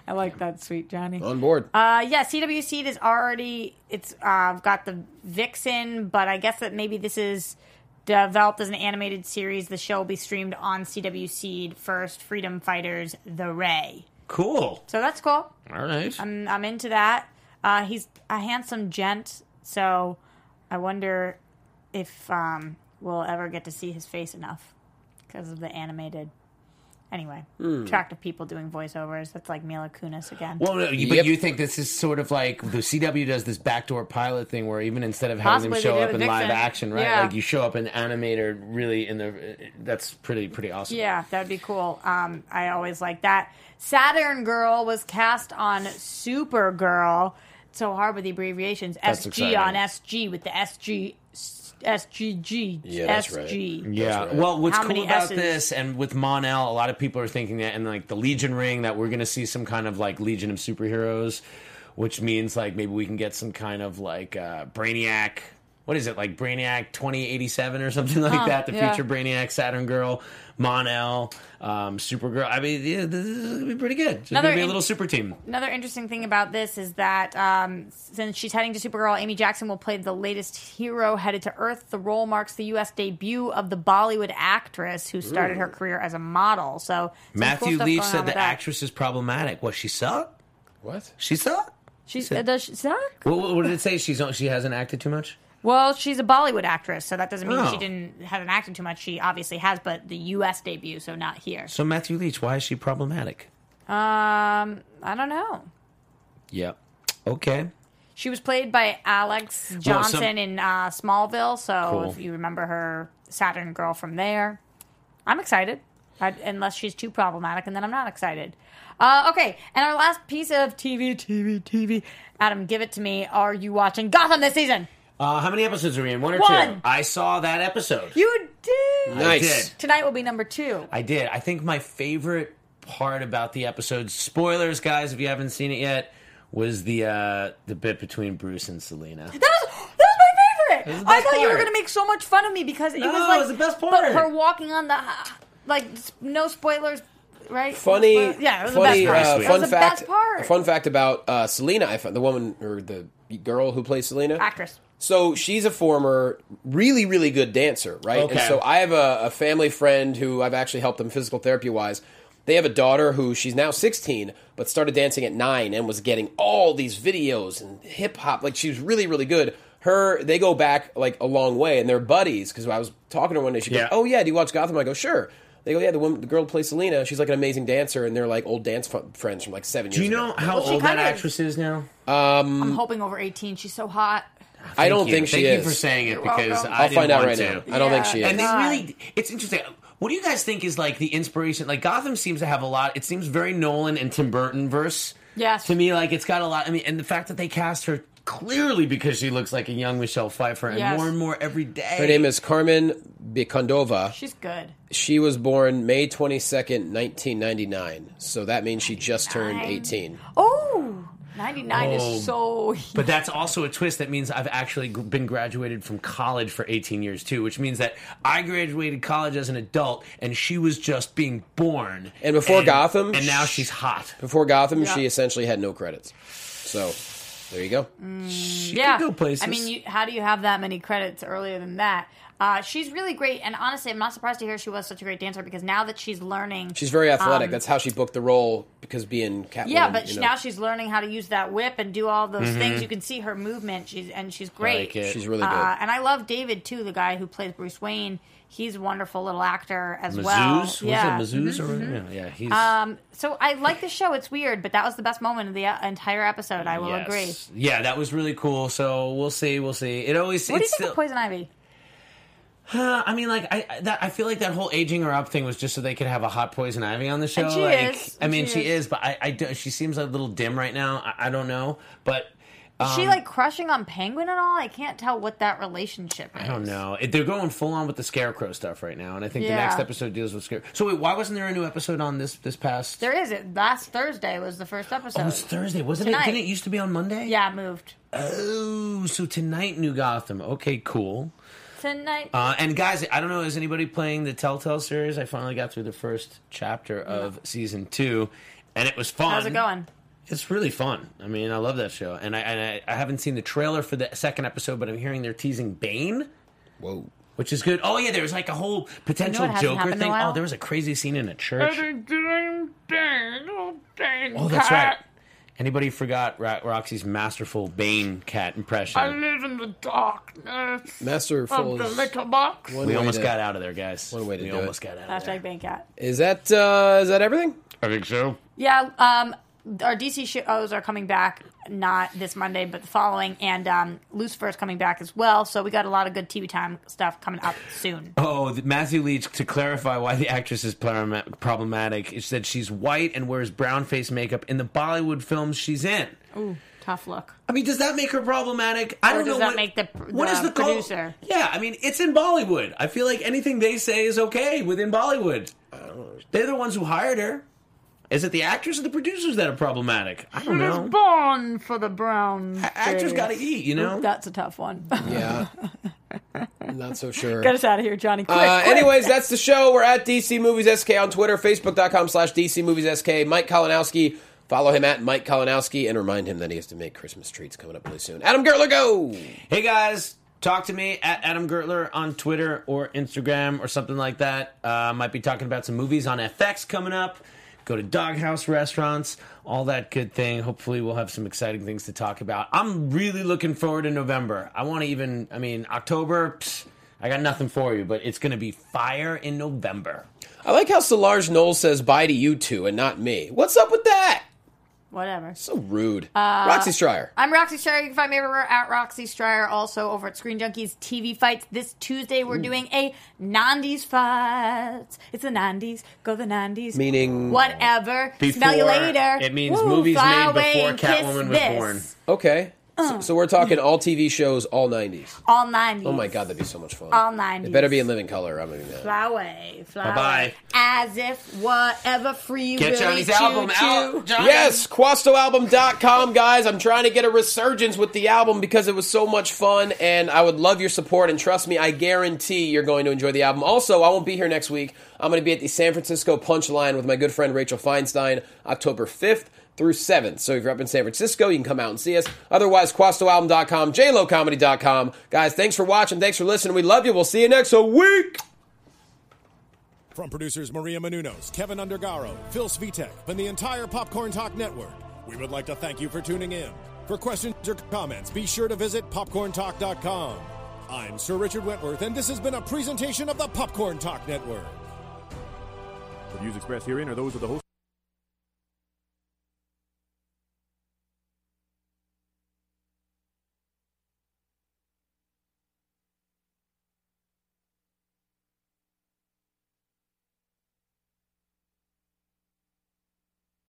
S5: I like that, sweet Johnny.
S2: On board.
S5: Uh, yeah, CW Seed is already it's uh, got the Vixen, but I guess that maybe this is developed as an animated series. The show will be streamed on CW Seed first. Freedom Fighters, The Ray.
S7: cool.
S5: So that's cool.
S7: All right.
S5: I'm, I'm into that. Uh, he's a handsome gent, so I wonder if um, we'll ever get to see his face enough because of the animated. Anyway,
S2: Hmm.
S5: attractive people doing voiceovers. That's like Mila Kunis again.
S7: Well, no, you, but
S2: Yep.
S7: you think this is sort of like the CW does this backdoor pilot thing, where even instead of having
S5: Possibly
S7: them show
S5: they
S7: up
S5: do
S7: in
S5: the
S7: live
S5: Vixen.
S7: action, right?
S5: Yeah.
S7: Like you show up in animated, really in the. That's pretty pretty awesome.
S5: Yeah, that'd be cool. Um, I always like that. Saturn Girl was cast on Supergirl. It's so hard with the abbreviations. SG
S7: exciting.
S5: on SG with the SG SGG.
S2: Yeah, that's right.
S5: SG.
S7: Yeah.
S2: That's right.
S7: Well, what's
S5: How
S7: cool
S5: many
S7: about
S5: S's?
S7: this, and with Monel, a lot of people are thinking that, and like the Legion ring, that we're going to see some kind of like Legion of superheroes, which means like maybe we can get some kind of like uh, Brainiac. What is it like Brainiac twenty eighty seven or something like that? The
S5: yeah.
S7: future Brainiac, Saturn Girl, Monel, um, Supergirl. I mean, yeah, this is gonna be pretty good. It's
S5: Another
S7: gonna be a
S5: in-
S7: little super team.
S5: Another interesting thing about this is that um, since she's heading to Supergirl, Amy Jackson will play the latest hero headed to Earth. The role marks the U.S. debut of the Bollywood actress who started her career as a model. So some cool
S7: Matthew
S5: stuff
S7: Leach
S5: going on
S7: said
S5: with
S7: the
S5: that.
S7: actress is problematic. What she suck?
S2: what?
S7: She suck?
S5: She's uh, does she suck?
S7: What, what, what did it say? She's she hasn't acted too much.
S5: Well, she's a Bollywood actress, so that doesn't mean
S7: Oh.
S5: she didn't hasn't acted too much. She obviously has, but the U.S. debut, so not here.
S7: So Matthew Leach, why is she problematic?
S5: Um, I don't know.
S7: Yep. Okay.
S5: She was played by Alex Johnson
S7: some-
S5: in uh, Smallville, so
S7: Cool.
S5: if you remember her Saturn Girl from there, I'm excited. I, unless she's too problematic, and then I'm not excited. Uh, okay, and our last piece of TV, TV, TV. Adam, give it to me. Are you watching Gotham this season?
S7: Uh, how many episodes are we in? One or two?
S5: One.
S7: I saw that episode.
S5: You did.
S7: I
S2: Nice.
S7: did.
S5: Tonight will be number two.
S7: I did. I think my favorite part about the episode, spoilers, guys, if you haven't seen it yet, was the uh, the bit between Bruce and Selena.
S5: That was that was my favorite.
S7: That was the
S5: I
S7: best
S5: thought you were
S7: part.
S5: gonna make so much fun of me because it
S7: No,
S5: was like
S7: it was the best
S5: But
S7: part.
S5: her walking on the like s- no spoilers, right? No
S2: funny,
S5: spoilers. yeah, it was
S2: funny,
S5: the best
S2: uh,
S5: part.
S7: Pretty
S5: That
S7: sweet.
S2: fun
S5: was the
S2: fact.
S5: best part.
S2: Fun fact about uh, Selena, I found the woman or the girl who plays Selena,
S5: actress.
S2: So she's a former really, really good dancer, right? And
S7: Okay.
S2: so I have a, a family friend who I've actually helped them physical therapy wise. They have a daughter who she's now 16, but started dancing at nine and was getting all these videos and hip hop. Like she was really, really good. Her, they go back like a long way and they're buddies because I was talking to her one day. She goes,
S7: Yeah.
S2: Oh, yeah, do you watch Gotham? I go, Sure. They go, Yeah, the, woman, the girl who plays Selena. She's like an amazing dancer and they're like old dance fu- friends from like seven
S7: Do
S2: years
S7: you know
S2: ago.
S7: how
S5: she
S7: old that
S5: kinda-
S7: actress is now?
S5: I'm hoping over 18. She's so hot.
S2: I don't
S7: Thank you.
S2: think she
S7: Thank
S2: is.
S7: you for saying it
S5: You're
S7: because
S5: welcome.
S7: I
S2: I'll
S7: didn't
S2: find out
S7: want
S2: right
S7: to.
S2: now. I don't think
S5: Yeah.
S2: she is.
S7: And they
S5: God.
S7: really, it's interesting. What do you guys think is like the inspiration? Like Gotham seems to have a lot. It seems very Nolan and Tim Burton verse.
S5: Yes.
S7: To me, like it's got a lot. I mean, and the fact that they cast her clearly because she looks like a young Michelle Pfeiffer, and
S5: Yes.
S7: more and more every day.
S2: Her name is Carmen Bikondova.
S5: She's good.
S2: She was born May 22nd, 1999. So that means she just turned 18.
S5: Oh, 99
S7: Oh,
S5: is so.
S7: But that's also a twist that means I've actually g- been graduated from college for 18 years too, which means that I graduated college as an adult and she was just being born.
S2: And before Gotham,
S7: And now
S2: sh-
S7: she's hot.
S2: Before Gotham,
S5: Yeah.
S2: she essentially had no credits. So there you go.
S5: yeah.
S7: could go places.
S5: I mean, you, how do you have that many credits earlier than that? Uh, she's really great, and honestly, I'm not surprised to hear she was such a great dancer because now that she's learning,
S2: She's very athletic.
S5: Um,
S2: That's how she booked the role because being Catwoman.
S5: yeah, but
S2: you
S5: she,
S2: know,
S5: now she's learning how to use that whip and do all those things. You can see her movement. She's and she's great.
S7: Mm-hmm. it.
S2: she's really good.
S5: Uh, and I love David too, the guy who plays Bruce Wayne. He's a wonderful little actor as well.
S7: Mazuz?
S5: yeah. Mm-hmm.
S7: Was it Mazuz or yeah, yeah, he's
S5: Um, so I like the show. It's weird, but that was the best moment of the uh, entire episode. I will agree.
S7: yes. Yeah, that was really cool. So we'll see, we'll see. It always
S5: What do you
S7: it's
S5: think
S7: still,
S5: of Poison Ivy?
S7: Uh, I mean, like I I- that, I feel like that whole aging her up thing was just so they could have a hot poison ivy on the show.
S5: And she
S7: like,
S5: is.
S7: I mean,
S5: She
S7: she,
S5: is.
S7: is. but I, I do- she seems a little dim right now. I, I don't know, but
S5: Is she
S7: um,
S5: like crushing on Penguin and all? I can't tell what that relationship is.
S7: I don't know. It- They're going full on with the scarecrow stuff right now, and I think the
S5: Yeah.
S7: next episode deals with scare. So wait, why wasn't there a new episode on this this past?
S5: There is it. Last Thursday was the first episode.
S7: Oh, it was Thursday, wasn't
S5: Tonight.
S7: it? Didn't it used to be on Monday?
S5: Yeah, moved.
S7: Oh, so tonight, New Gotham. Okay, cool.
S5: Tonight.
S7: Uh, and guys, I don't know, is anybody playing the Telltale series? I finally got through the first chapter of season two, and it was fun.
S5: How's it going?
S7: It's really fun. I mean, I love that show, and I and I, I haven't seen the trailer for the second episode, but I'm hearing they're teasing Bane.
S2: Whoa.
S7: Which is good. Oh yeah, there was like a whole potential
S5: You know what hasn't
S7: Joker
S5: happened in a
S7: thing.
S5: while?
S7: Oh, there was a crazy scene in a church. Oh, that's right. Anybody forgot Ro- Roxy's masterful Bane cat impression?
S8: live in the darkness
S2: Masterful.
S8: of the
S2: Is,
S8: litter box.
S2: one
S7: We
S2: way
S7: almost
S2: to-
S7: got out of there, guys.
S2: What a way to
S7: we
S2: do
S7: almost
S2: it.
S7: got out of there.
S5: Hashtag Bank Cat.
S2: Is that uh, is that everything?
S7: I think so.
S5: Yeah, um, our DC shows are coming back not this Monday, but the following, and um, Lucifer is coming back as well. So we got a lot of good TV time stuff coming up soon.
S7: Oh, the, Matthew Leach, to clarify why the actress is plarama- problematic, is that she's white and wears brown face makeup in the Bollywood films she's in.
S5: Ooh, tough look.
S7: I mean, does that make her problematic? I
S5: Or
S7: don't
S5: does
S7: know.
S5: that
S7: what,
S5: make the-
S7: what
S5: the
S7: is the cul-
S5: producer?
S7: yeah, I mean, it's in Bollywood. I feel like anything they say is okay within Bollywood. They're the ones who hired her. Is it the actors or the producers that are problematic? I don't know.
S5: born for the brown.
S7: A- Actors got to eat, you know.
S5: That's a tough one.
S2: Yeah. I'm not so sure.
S5: Get us out of here, Johnny. Quick,
S2: Uh,
S5: quick.
S2: anyways, that's the show. We're at DC Movies SK on Twitter, Facebook.com slash DC Movies SK. Mike Kalinowski, follow him at Mike Kalinowski, and remind him that he has to make Christmas treats coming up really soon. Adam Gertler, go!
S7: Hey guys, talk to me at Adam Gertler on Twitter or Instagram or something like that. Uh, might be talking about some movies on FX coming up. Go to doghouse restaurants, all that good thing. Hopefully, we'll have some exciting things to talk about. I'm really looking forward to November. I want to even, I mean, October, psh, I got nothing for you, but it's going to be fire in November.
S2: I like how Solange Knowles says bye to you two and not me. What's up with that?
S5: whatever.
S2: So rude.
S5: Uh,
S2: Roxy Stryer.
S5: I'm Roxy Stryer. You can find me everywhere at Roxy Stryer. Also over at Screen Junkies TV Fights. This Tuesday we're doing a 90s fight. It's the 90s. Go the 90s.
S2: Meaning-
S5: whatever.
S7: Before-
S5: Smell you later.
S7: it means movies
S5: fly
S7: made
S5: away
S7: before
S5: and kiss
S7: Catwoman was born.
S2: Okay.
S5: Uh.
S2: So, so we're talking all TV shows, all 90s.
S5: All 90s.
S2: Oh my god, that'd be so much fun.
S5: All 90s.
S2: It better be in living color. I'm gonna be mad.
S5: Fly away. Fly
S7: Bye-bye.
S5: away. As if whatever free
S7: Get
S5: willy
S7: Johnny's
S5: choo
S7: album
S5: choo.
S7: out. Johnny.
S2: Yes, QuastoAlbum.com, guys. I'm trying to get a resurgence with the album because it was so much fun, and I would love your support. And trust me, I guarantee you're going to enjoy the album. Also, I won't be here next week. I'm going to be at the San Francisco Punchline with my good friend Rachel Feinstein, October 5th through 7th. So if you're up in San Francisco, you can come out and see us. Otherwise, QuastoAlbum.com, JLoComedy.com. Guys, thanks for watching. Thanks for listening. We love you. We'll see you next week.
S3: From producers Maria Menunos, Kevin Undergaro, Phil Svitek, and the entire Popcorn Talk Network, we would like to thank you for tuning in. For questions or comments, be sure to visit popcorntalk.com. I'm Sir Richard Wentworth, and this has been a presentation of the Popcorn Talk Network. The views expressed herein are those of the host.